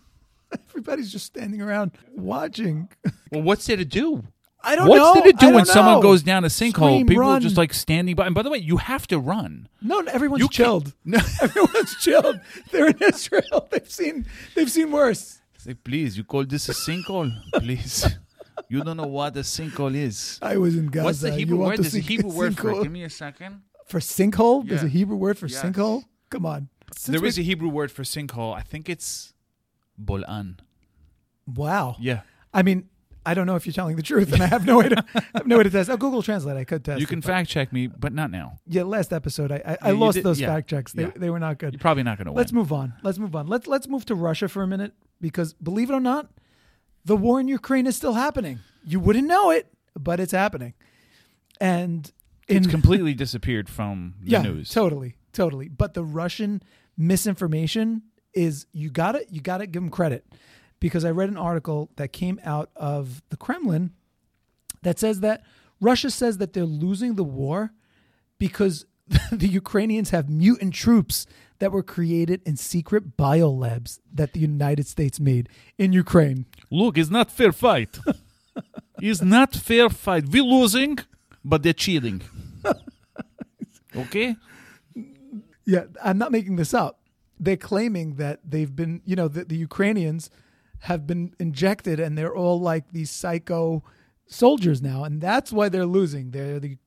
B: (laughs) everybody's just standing around watching. (laughs)
A: well, what's there to do?
B: I don't know.
A: what's there to
B: I
A: do when
B: don't
A: someone
B: know.
A: goes down a sinkhole?
B: Scream,
A: People are
B: run.
A: just like standing by. And by the way, you have to run.
B: No, (laughs) no, everyone's
A: You can't-
B: chilled. (laughs) everyone's chilled. They're in Israel. (laughs) They've seen. They've seen worse.
A: Say, please, you call this a sinkhole?
B: (laughs)
A: please, you don't know what a sinkhole is.
B: I was in Gaza.
A: What's the
B: You
A: Hebrew
B: want
A: word?
B: the
A: There's a
B: sink-
A: Hebrew word for it.
B: sinkhole?
A: Give me a second.
B: For sinkhole? There's a
A: Yeah.
B: Hebrew word for
A: Yes.
B: sinkhole? Come on. Since
A: There
B: we-
A: is a Hebrew word for sinkhole. I think it's bolan.
B: wow.
A: Yeah.
B: I mean, I don't know if you're telling the truth, and I have no way to I have no way to test. Oh, Google Translate, I could test.
A: You
B: it,
A: can
B: but-
A: fact check me, but not now.
B: Yeah, last episode, I I, I
A: Yeah, you
B: lost
A: did-
B: those
A: yeah,
B: fact checks. They
A: yeah.
B: they were not good.
A: You're probably not going to win.
B: Let's move on. Let's move on. Let's let's move to Russia for a minute because believe it or not, the war in Ukraine is still happening. You wouldn't know it, but it's happening. And in
A: It's completely disappeared from the
B: yeah,
A: news.
B: Totally, totally. But the Russian misinformation is you got to You got to give them credit because I read an article that came out of the Kremlin that says that Russia says that they're losing the war because (laughs) the Ukrainians have mutant troops that were created in secret biolabs that the United States made in Ukraine.
A: Look, it's not fair
B: (laughs)
A: fight. it's not fair fight. We're losing, but they're
B: (laughs)
A: cheating. Okay?
B: Yeah, I'm not making this up. They're claiming that they've been, you know, that the Ukrainians have been injected and they're all like these psycho soldiers now, and that's why they're losing. They're the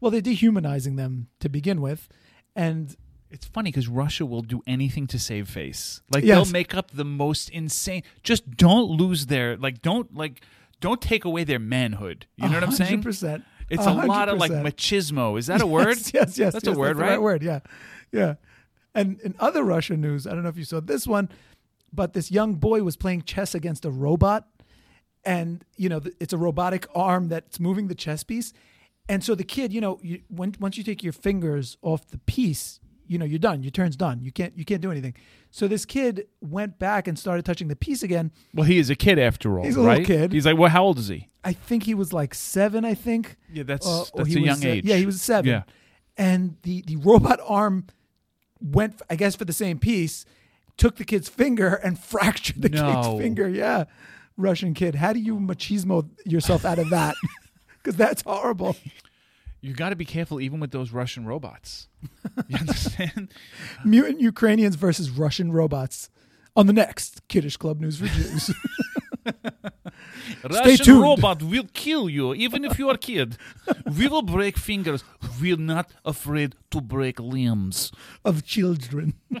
B: well, they're dehumanizing them to begin with, and
A: It's funny because Russia will do anything to save face. Like
B: Yes.
A: they'll make up the most insane. Just don't lose their like. Don't like. Don't take away their manhood. You know what I'm saying?
B: Percent.
A: It's a lot of like machismo. Is that a word?
B: (laughs) Yes, yes, yes.
A: That's
B: yes,
A: a word,
B: the
A: right?
B: word, yeah, yeah. And in other Russia news, I don't know if you saw this one, but this young boy was playing chess against a robot, and you know th- it's a robotic arm that's moving the chess piece, and so the kid, you know, you, when, once you take your fingers off the piece, you know you're done. Your turn's done. You can't you can't do anything. So this kid went back and started touching the piece again.
A: Well, he is a kid after all.
B: He's a little
A: right?
B: kid.
A: He's like, well, how old is he?
B: I think he was like seven. I think.
A: Yeah, that's-
B: Uh, or
A: that's
B: he
A: a
B: was,
A: young
B: uh,
A: age.
B: Yeah, he was seven.
A: Yeah.
B: And the the robot arm went, I guess, for the same piece, took the kid's finger and (laughs) fractured the
A: No.
B: kid's finger. Yeah, Russian kid. How do you machismo yourself out of that? (laughs) Because that's
A: (laughs)
B: horrible.
A: You got to be careful, even with those Russian robots.
B: (laughs)
A: You understand?
B: Mutant Ukrainians versus Russian robots. On the next Kiddish Club News for Jews.
A: Russian
B: tuned.
A: robot will kill you, even if you are a
B: (laughs)
A: kid. we will break fingers. We're not afraid to break limbs.
B: of children. (laughs)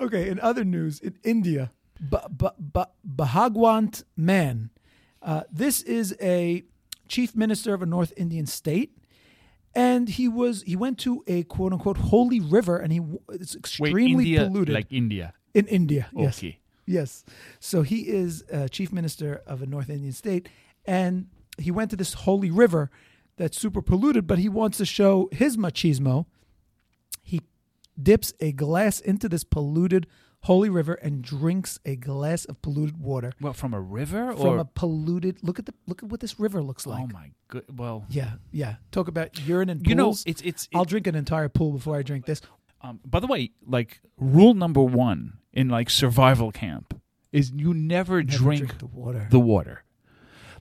B: okay, in other news, in India, ba- ba- ba- Bhagwant Man. Uh, this is a chief minister of a North Indian state, and he was he went to a quote unquote holy river, and he w- it's
A: Wait,
B: extremely
A: India,
B: polluted
A: like India.
B: in India. Yes.
A: Okay.
B: Yes. So he is uh, chief minister of a North Indian state, and he went to this holy river that's super polluted, but he wants to show his machismo. He dips a glass into this polluted holy river and drinks a glass of polluted water
A: Well, from a river
B: from
A: or
B: a polluted. Look at the look at what this river looks like.
A: oh my good. Well,
B: Yeah, yeah. Talk about urine and
A: You know,
B: pools.
A: it's- it's-
B: I'll
A: it-
B: drink an entire pool before I drink this.
A: um, by the way, like rule number one in like survival camp is you never, drink,
B: drink the water.
A: The water.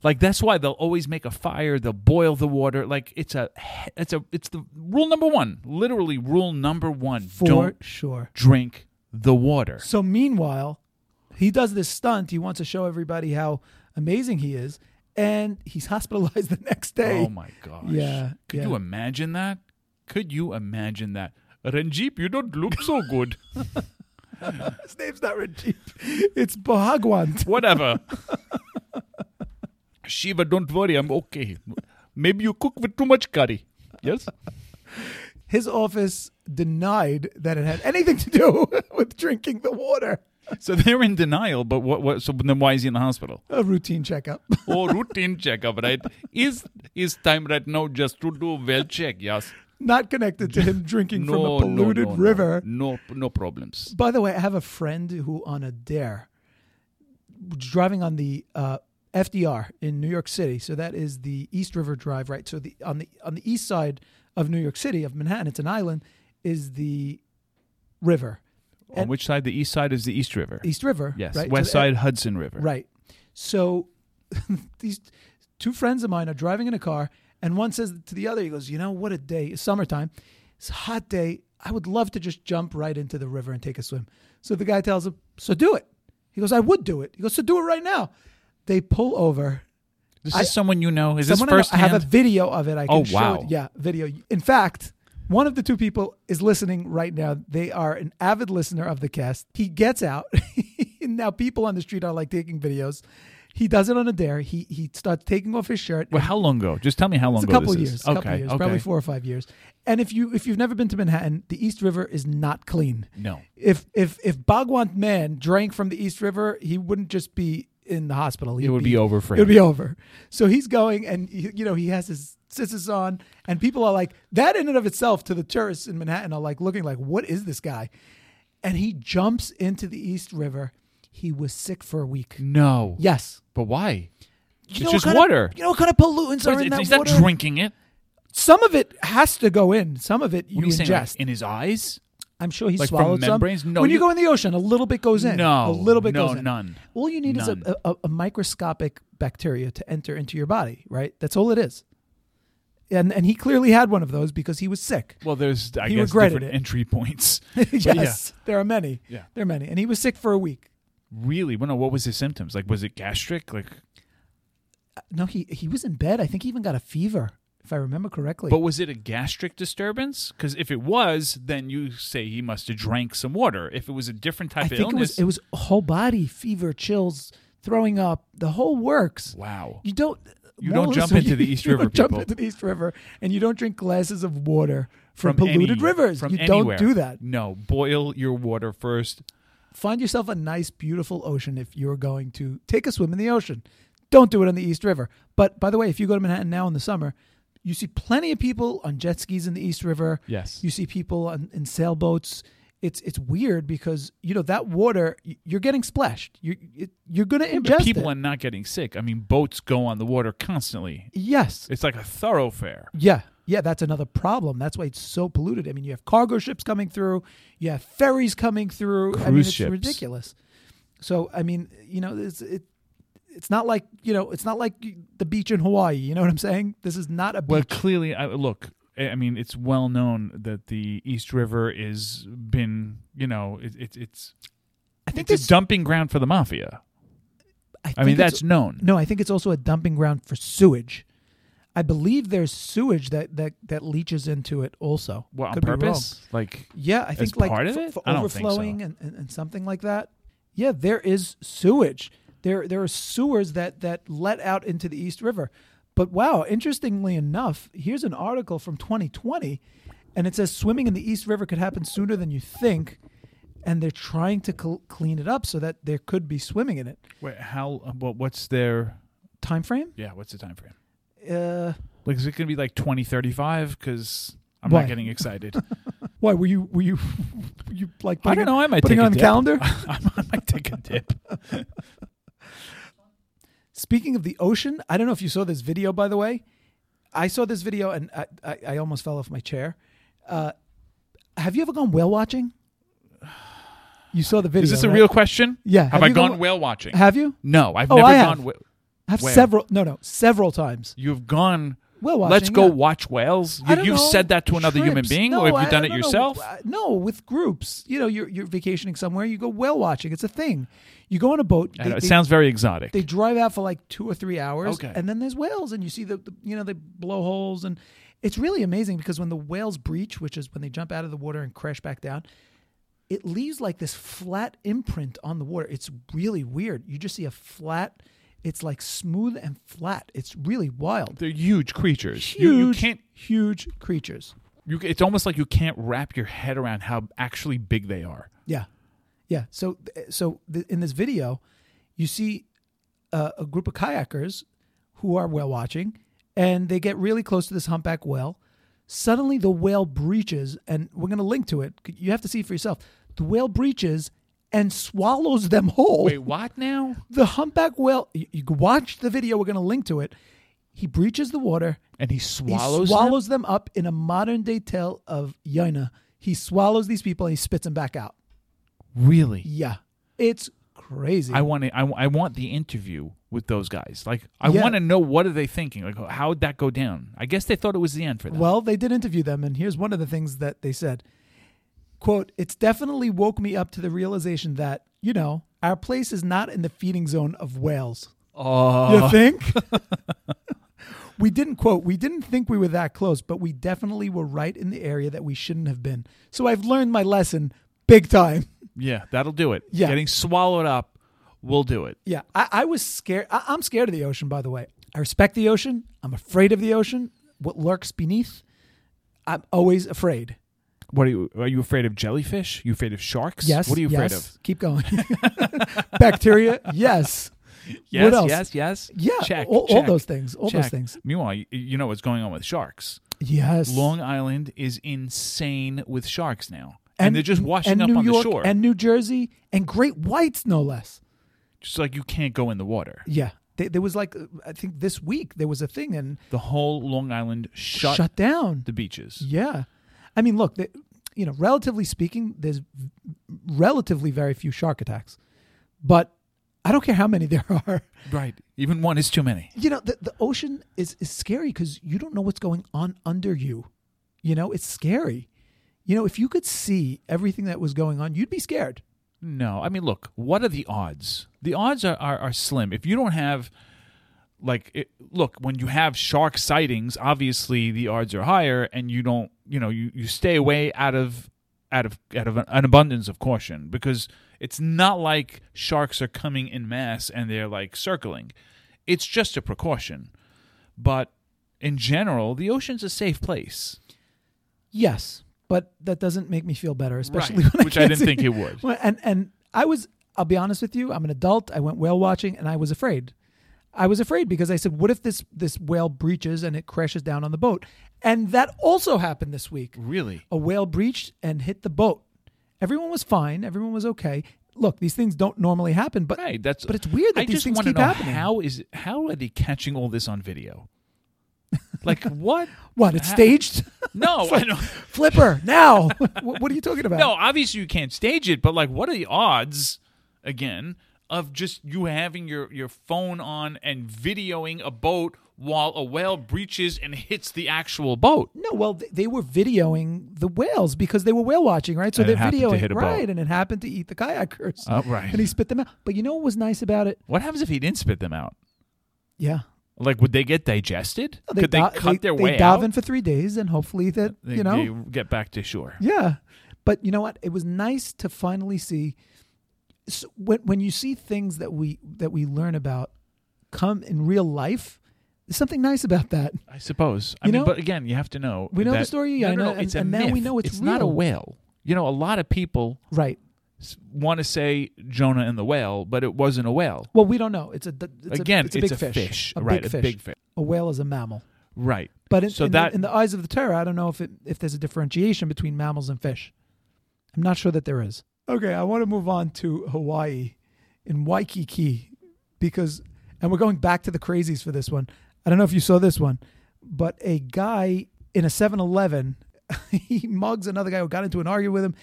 A: Like that's why they'll always make a fire. They'll boil the water. Like it's a, it's a, it's the rule number one. Literally, rule number one.
B: For
A: Don't
B: sure.
A: drink the water.
B: So meanwhile, he does this stunt. He wants to show everybody how amazing he is, and he's (laughs) hospitalized the next day.
A: Oh my gosh.
B: Yeah,
A: Could
B: yeah.
A: you imagine that? Could you imagine that? Ranjip, you don't look so good.
B: His name's not Rajiv. It's Bahagwant.
A: Whatever. (laughs) Shiva, don't worry, I'm okay. Maybe you cook with too much curry. Yes?
B: His office denied that it had anything to do (laughs) with drinking the water.
A: So (laughs) they're in denial, but what, what so then why is he in the hospital?
B: A routine checkup. (laughs)
A: Oh routine checkup, right? Is is time right now just to do well check, yes.
B: Not connected to him drinking from a polluted
A: no, no,
B: river.
A: No no problems.
B: By the way, I have a friend who, on a dare, was driving on the uh, FDR in New York City. So that is the East River Drive, right? So the on the on the east side of New York City of Manhattan, it's an island, is the river,
A: On which side? The east side is the East River.
B: East River.
A: yes.
B: E- right? So
A: West
B: the-
A: side Hudson River.
B: Right. So (laughs) these two friends of mine are driving in a car, and one says to the other, he goes, You know, what a day. It's summertime. It's a hot day. I would love to just jump right into the river and take a swim. So the guy tells him, So do it. He goes, I would do it. He goes, So do it right now. They pull over.
A: This
B: I-
A: is someone you know. Is
B: Someone I know-
A: this first
B: I, have a video of it. I can
A: Oh,
B: show
A: wow.
B: it. Yeah, video. In fact, one of the two people is listening right now. They are an avid listener of the cast. He gets out. (laughs) and now people on the street are like taking videos. He does it on a dare. He he starts taking off his shirt.
A: Well, how long ago? Just tell me how long
B: it's a
A: ago
B: couple
A: this
B: years,
A: is.
B: couple years, probably four or five years. And if you if you've never been to Manhattan, the East River is not clean.
A: No.
B: If if if Bhagwant Man drank from the East River, he wouldn't just be in the hospital. He'd
A: would be over for
B: It would
A: him.
B: be over. So he's going, and he- you know he has his scissors on, and people are like that in and of itself to the tourists in Manhattan are like looking like what is this guy? And he jumps into the East River. He was sick for a week.
A: No.
B: Yes.
A: But why?
B: You
A: It's
B: know what
A: just
B: kind of-
A: water.
B: you know what kind of pollutants are in that
A: he's
B: water?
A: not drinking it.
B: Some of it has to go in. Some of it you
A: What are you saying?
B: ingest.
A: like, in his eyes?
B: I'm sure he
A: Like from
B: swallowed some.
A: membranes? No,
B: when you,
A: you-
B: go in the ocean, a little bit goes in.
A: No,
B: a little bit
A: no,
B: goes in.
A: none.
B: All you need is
A: None.
B: a, a, a microscopic bacteria to enter into your body. Right, that's all it is. And and he clearly had one of those because he was sick. (laughs)
A: Well, there's I
B: He
A: guess
B: regretted
A: different
B: it.
A: entry (laughs)
B: (laughs)
A: points.
B: yes, there are many.
A: Yeah.
B: there are many, and he was sick for a week.
A: Really? Well, no, what was his symptoms? Like was it gastric? Like
B: no, he he was in bed. I think he even got a fever, if I remember correctly.
A: But was it a gastric disturbance? Because if it was, then you say he must have drank some water. If it was a different type
B: I
A: of
B: think it
A: illness,
B: was it was whole body fever, chills, throwing up, the whole works.
A: wow.
B: You don't.
A: You
B: moral
A: don't
B: of
A: jump
B: story,
A: into the East
B: (laughs) you
A: River,
B: don't jump
A: people.
B: into the East River, and you don't drink glasses of water from,
A: From
B: polluted
A: any-
B: rivers.
A: from
B: you
A: anywhere.
B: don't do that.
A: No, boil your water first.
B: Find yourself a nice, beautiful ocean if you're going to take a swim in the ocean. Don't do it on the East River. But by the way, if you go to Manhattan now in the summer, you see plenty of people on jet skis in the East River.
A: Yes.
B: you see people on, in sailboats. It's it's weird because you know that water y- you're getting splashed. You it, you're going to ingest
A: People
B: it.
A: are not getting sick. I mean, boats go on the water constantly.
B: yes,
A: It's like a thoroughfare.
B: Yeah. Yeah, that's another problem. That's why it's so polluted. I mean, you have cargo ships coming through, you have ferries coming through. I mean,
A: Cruise
B: it's
A: ships.
B: ridiculous. So, I mean, you know, it's it it's not like, you know, it's not like the beach in Hawaii, you know what I'm saying? This is not a beach.
A: Well, clearly, I, look. I I mean, it's well known that the East River is been, you know, it, it, it's
B: I think
A: it's a
B: this
A: dumping ground for the mafia. I mean, that's known.
B: No, I think it's also a dumping ground for sewage. I believe there's sewage that that that leaches into it also.
A: What on
B: Could be wrong.
A: purpose? Like,
B: Yeah, I think like
A: part of
B: for,
A: it?
B: for
A: I don't think so.
B: overflowing and, and, and something like that. Yeah, there is sewage. There there are sewers that that let out into the East River. But wow, interestingly enough, here's an article from 2020 and it says swimming in the East River could happen sooner than you think and they're trying to cl- clean it up so that there could be swimming in it.
A: wait, how? uh, What, what's their?
B: Time frame?
A: Yeah, what's the time frame?
B: Uh
A: Like, is it going to be like twenty thirty five? Because I'm
B: Why?
A: not getting
B: (laughs)
A: excited.
B: why were you were you (laughs) were you like
A: I
B: putting
A: don't
B: it-
A: know. I might
B: putting
A: take
B: it
A: a
B: on the
A: dip.
B: (laughs) calendar?
A: I might take a dip.
B: Speaking of the ocean, I don't know if you saw this video, by the way. I saw this video and I, I, I almost fell off my chair. Uh, have you ever gone whale watching? You saw the video.
A: Is this a
B: right?
A: real question?
B: Yeah,
A: Have,
B: have
A: I
B: you
A: gone
B: gone-
A: whale watching?
B: Have you?
A: no, I've
B: Oh,
A: never
B: I
A: gone.
B: have.
A: Whale-
B: I have
A: Where?
B: several. No, no, several times.
A: You've gone.
B: Whale watching.
A: Let's go
B: yeah.
A: watch whales.
B: I don't
A: You, have
B: know,
A: said that to another human
B: trips.
A: being,
B: No,
A: or have
B: I-
A: you done it
B: no, no,
A: yourself?
B: uh, No, with groups. You know, you're you're vacationing somewhere. You go whale watching. It's a thing. You go on a boat.
A: I
B: they-
A: know, it
B: they-
A: sounds very exotic.
B: they drive out for like two or three hours
A: Okay.
B: and then there's whales and you see the, the you know they blow holes and it's really amazing because when the whales breach which is when they jump out of the water and crash back down it leaves like this flat imprint on the water it's really weird you just see a flat it's like smooth and flat it's really wild
A: They're huge creatures.
B: huge
A: You, you can't.
B: huge creatures
A: You, it's almost like you can't wrap your head around how actually big they
B: (laughs)
A: are.
B: Yeah, yeah. So so th- in this video, you see uh, a group of kayakers who are whale watching, and they get really close to this humpback whale. Suddenly, the whale breaches, and we're going to link to it. You have to see for yourself. The whale breaches and swallows them whole.
A: Wait, what now?
B: The humpback whale. You, you can watch the video. We're going to link to it. He breaches the water.
A: And he swallows.
B: he
A: them?
B: swallows them? up in a modern day tale of Yaina. He swallows these people and he spits them back out.
A: Really?
B: Yeah, it's crazy.
A: I want to. I, I want the interview with those guys. Like, I
B: Yeah.
A: want to know what are they thinking. Like, how would that go down? I guess they thought it was the end for them.
B: well, they did interview them, and here's one of the things that they said: "quote It's definitely woke me up to the realization that you know our place is not in the feeding zone of whales.
A: oh,
B: You think?" We didn't quote, we didn't think we were that close, but we definitely were right in the area that we shouldn't have been. So I've learned my lesson big time.
A: yeah, that'll do it.
B: Yeah.
A: getting swallowed up will do it.
B: Yeah, I, I was scared. I, I'm scared of the ocean, by the way. I respect the ocean. I'm afraid of the ocean. What lurks beneath, I'm always afraid.
A: What are you? Are you afraid of jellyfish? You afraid of sharks?
B: Yes.
A: What are you
B: yes.
A: afraid of?
B: Keep going. (laughs) Bacteria. Yes.
A: Yes.
B: What else?
A: Yes. Yes.
B: Yeah.
A: Check.
B: all, all
A: check,
B: those things. All those
A: check.
B: things.
A: Meanwhile, you, you know what's going on with sharks.
B: Yes.
A: Long Island is insane with sharks now, and,
B: And-
A: they're just washing
B: and
A: up
B: New
A: on the
B: York
A: shore.
B: and New Jersey and Great Whites, no less.
A: just like you can't go in the water.
B: Yeah. They, there was like uh, I think this week there was a thing and
A: The whole Long Island shut,
B: shut, down.
A: the beaches.
B: Yeah. I mean, look, the, you know, relatively speaking, there's v- relatively very few shark attacks, but I don't care how many (laughs) there are.
A: Right. Even one is too many.
B: You know, the, the ocean is, is scary because you don't know what's going on under you. You know, it's scary. You know, if you could see everything that was going on, you'd be scared.
A: No, I mean, look, what are the odds? The odds are, are, are slim. If you don't have like it, look when you have shark sightings obviously the odds are higher and you don't you know you, you stay away out of out of out of an, an abundance of caution because it's not like sharks are coming in mass and they're like circling it's just a precaution but in general the ocean's a safe place
B: Yes, but that doesn't make me feel better, especially
A: Right,
B: (laughs) when I
A: which I
B: can't
A: didn't
B: see-
A: think it would.
B: (laughs) Well, And and I was, I'll be honest with you, I'm an adult. I went whale watching, and I was afraid. I was afraid because I said, "What if this this whale breaches and it crashes down on the boat?" And that also happened this week.
A: really
B: A whale breached and hit the boat. Everyone was fine. Everyone was okay. Look, these things don't normally happen, but
A: right that's
B: but it's weird that
A: I
B: these
A: just
B: things
A: wanna
B: keep
A: know
B: happening.
A: how is how are they catching all this on video
B: (laughs)
A: like what
B: what? It's
A: How-
B: staged. (laughs)
A: no I don't.
B: Flipper now. (laughs) Wh- what are you talking about?
A: (laughs) No, obviously you can't stage it, but like, what are the odds again of just you having your your phone on and videoing a boat while a whale breaches and hits the actual boat?
B: No, well, th- they were videoing the whales because they were whale watching, right? So
A: And it
B: they're
A: happened to
B: videoing,
A: hit a boat.
B: right? And it happened to eat the kayakers,
A: Oh, right.
B: And he spit them out. But you know what was nice about it?
A: What happens if he didn't spit them out?
B: Yeah,
A: Like, would they get digested? Could they
B: da-
A: cut
B: they,
A: their
B: they
A: way
B: dive
A: out?
B: in for three days, and hopefully that
A: They-
B: you know,
A: they get back to shore.
B: yeah. But you know what? It was nice to finally see so when when you see things that we that we learn about come in real life. There's something nice about that.
A: I suppose. I
B: You
A: mean,
B: know-
A: but again, you have to know.
B: We know the
A: that-
B: story,
A: No,
B: I
A: no,
B: know,
A: no, it's
B: and-
A: a
B: and now we
A: myth.
B: know it's
A: not a
B: real.
A: whale. You know, a lot of people
B: Right.
A: want to say Jonah and the whale, but it wasn't a whale.
B: Well, we don't know. It's a it's
A: Again,
B: a, it's a big
A: it's a
B: fish.
A: fish,
B: A
A: right,
B: Big
A: a
B: fish.
A: big fish.
B: A whale is a mammal.
A: Right.
B: But in,
A: So
B: in,
A: that-
B: the, in the eyes of the terror, I don't know if it, if there's a differentiation between mammals and fish. I'm not sure that there is. Okay, I want to move on to Hawaii in Waikiki because, and we're going back to the crazies for this one. I don't know if you saw this one, but a guy in a 7 Eleven, (laughs) he mugs another guy who got into an argument with him,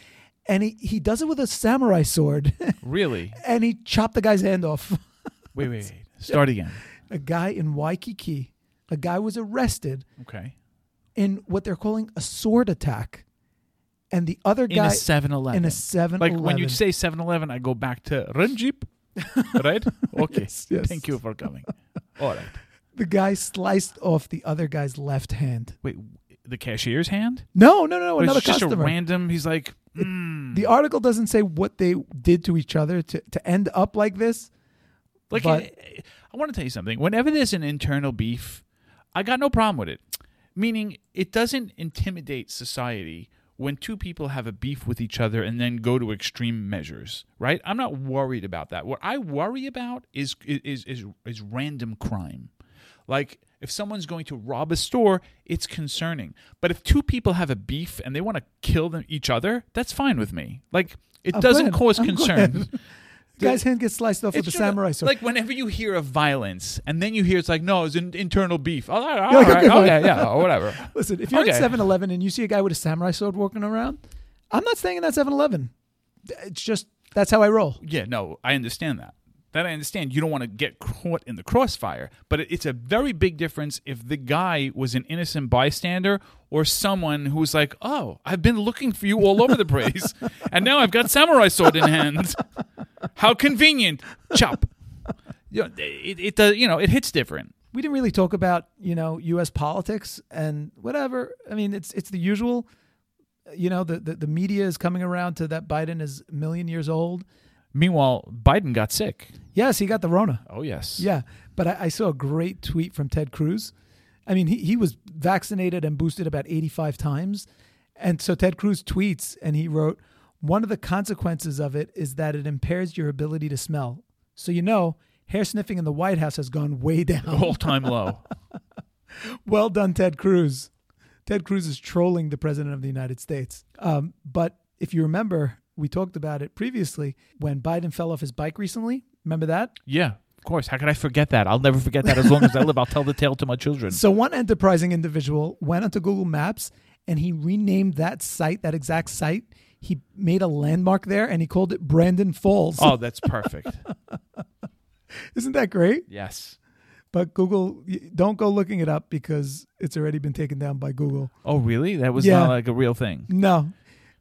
B: and he, he does it with a samurai sword (laughs)
A: Really?
B: and he chopped the guy's hand off. (laughs)
A: Wait, wait, wait. Start again.
B: a guy in Waikiki, a guy was arrested
A: Okay.
B: in what they're calling a sword attack, and the other
A: In
B: guy
A: a 7 Eleven.
B: in a 7-Eleven.
A: Like when you say 7 Eleven, I go back to Ranjip. right? Okay.
B: (laughs) yes.
A: Thank you for coming. All right.
B: the guy sliced off the other guy's left hand.
A: Wait, the cashier's hand?
B: No, no, no, no
A: Or
B: another
A: it's just
B: customer.
A: a random, he's like, "Hmm."
B: the article doesn't say what they did to each other to, to end up like this.
A: like,
B: But-
A: I, I want to tell you something. Whenever there's an internal beef, I got no problem with it. Meaning, it doesn't intimidate society when two people have a beef with each other and then go to extreme measures, right? I'm not worried about that. What I worry about is is is is random crime. Like if someone's going to rob a store, it's concerning. But if two people have a beef and they want to kill them, each other, that's fine with me. Like it doesn't
B: glad.
A: cause
B: I'm
A: concern.
B: (laughs) glad. The guy's hand gets sliced off with a
A: It's just
B: samurai sword.
A: Like whenever you hear of violence, and then you hear it's like, no, it's an internal beef. All right, all
B: You're like,
A: right,
B: okay, fine.
A: okay, yeah, or
B: (laughs)
A: whatever.
B: Listen, if you're
A: Okay.
B: at 7 Eleven and you see a guy with a samurai sword walking around, I'm not staying in that 7 Eleven. It's just, that's how I roll.
A: Yeah, no, I understand that. That I understand. You don't want to get caught in the crossfire, but it- it's a very big difference if the guy was an innocent bystander or someone who was like, "Oh, I've been looking for you all over the
B: (laughs)
A: place, and now I've got samurai sword in hand. How convenient! Chop." You know, it, it does. You know, it hits different.
B: we didn't really talk about you know U.S. politics and whatever. I mean, it's it's the usual. You know, the the, the media is coming around to that Biden is a million years old.
A: Meanwhile, Biden got sick.
B: Yes, he got the Rona.
A: Oh yes.
B: Yeah, but I, I saw a great tweet from Ted Cruz. I mean, he he was vaccinated and boosted about eighty five times, and so Ted Cruz tweets and he wrote, "One of the consequences of it is that it impairs your ability to smell. So you know." Hair sniffing in the White House has gone way down.
A: (laughs) all time low.
B: Well done, Ted Cruz. Ted Cruz is trolling the president of the United States. Um, but if you remember, we talked about it previously when Biden fell off his bike recently. Remember that?
A: Yeah, of course. How could I forget that? I'll never forget that as long as I live. I'll tell the tale to my children.
B: So, one enterprising individual went onto Google Maps and he renamed that site, that exact site. He made a landmark there and he called it Brandon Falls.
A: Oh, that's perfect.
B: (laughs) Isn't that great?
A: Yes.
B: But Google, y- don't go looking it up because it's already been taken down by Google.
A: Oh, really? That was
B: Yeah.
A: not like a real thing.
B: No,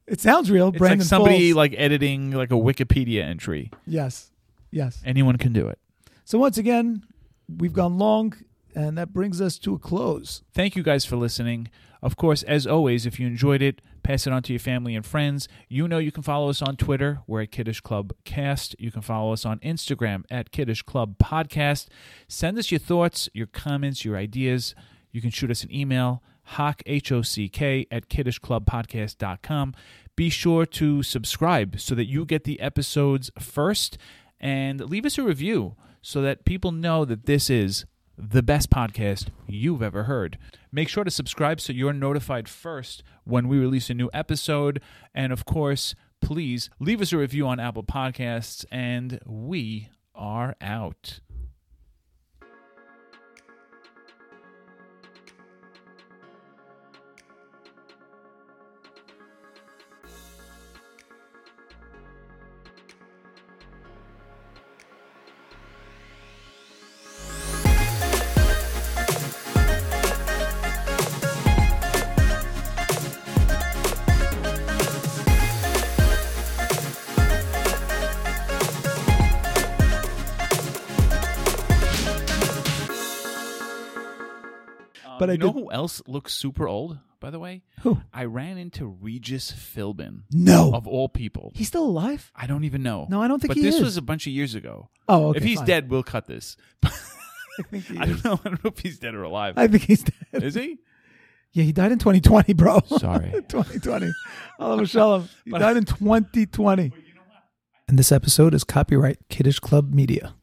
B: it sounds real.
A: It's
B: Brandon
A: like somebody
B: Falls.
A: like editing like a Wikipedia entry.
B: yes, yes.
A: Anyone can do it.
B: So once again, we've gone long, and that brings us to a close.
A: Thank you guys for listening. Of course, as always, if you enjoyed it, pass it on to your family and friends. You know you can follow us on Twitter. We're at Kiddish Club Cast. You can follow us on Instagram at Kiddish Club Podcast. Send us your thoughts, your comments, your ideas. You can shoot us an email, hock, H-O-C-K, at kiddishclubpodcast.com. Be sure to subscribe so that you get the episodes first and leave us a review so that people know that this is the best podcast you've ever heard. Make sure to subscribe so you're notified first when we release a new episode. And of course, please leave us a review on Apple Podcasts. And we are out.
B: But I
A: Uh, you know
B: did-
A: who else looks super old, by the way?
B: Who?
A: I ran into Regis Philbin,
B: No,
A: of all people.
B: he's still alive.
A: I don't even know.
B: No, I don't think
A: but
B: he
A: this
B: is.
A: was a bunch of years ago.
B: Oh, okay,
A: if he's
B: fine.
A: dead, we'll cut this.
B: I think, he
A: I (laughs)
B: is.
A: don't know. I don't know if he's dead or alive.
B: I think he's dead.
A: Is
B: (laughs)
A: he?
B: Yeah, he died in 2020, bro. (laughs)
A: Sorry.
B: 2020. Oliver Shalom. He died in 2020. And this episode is copyright Kiddish Club Media.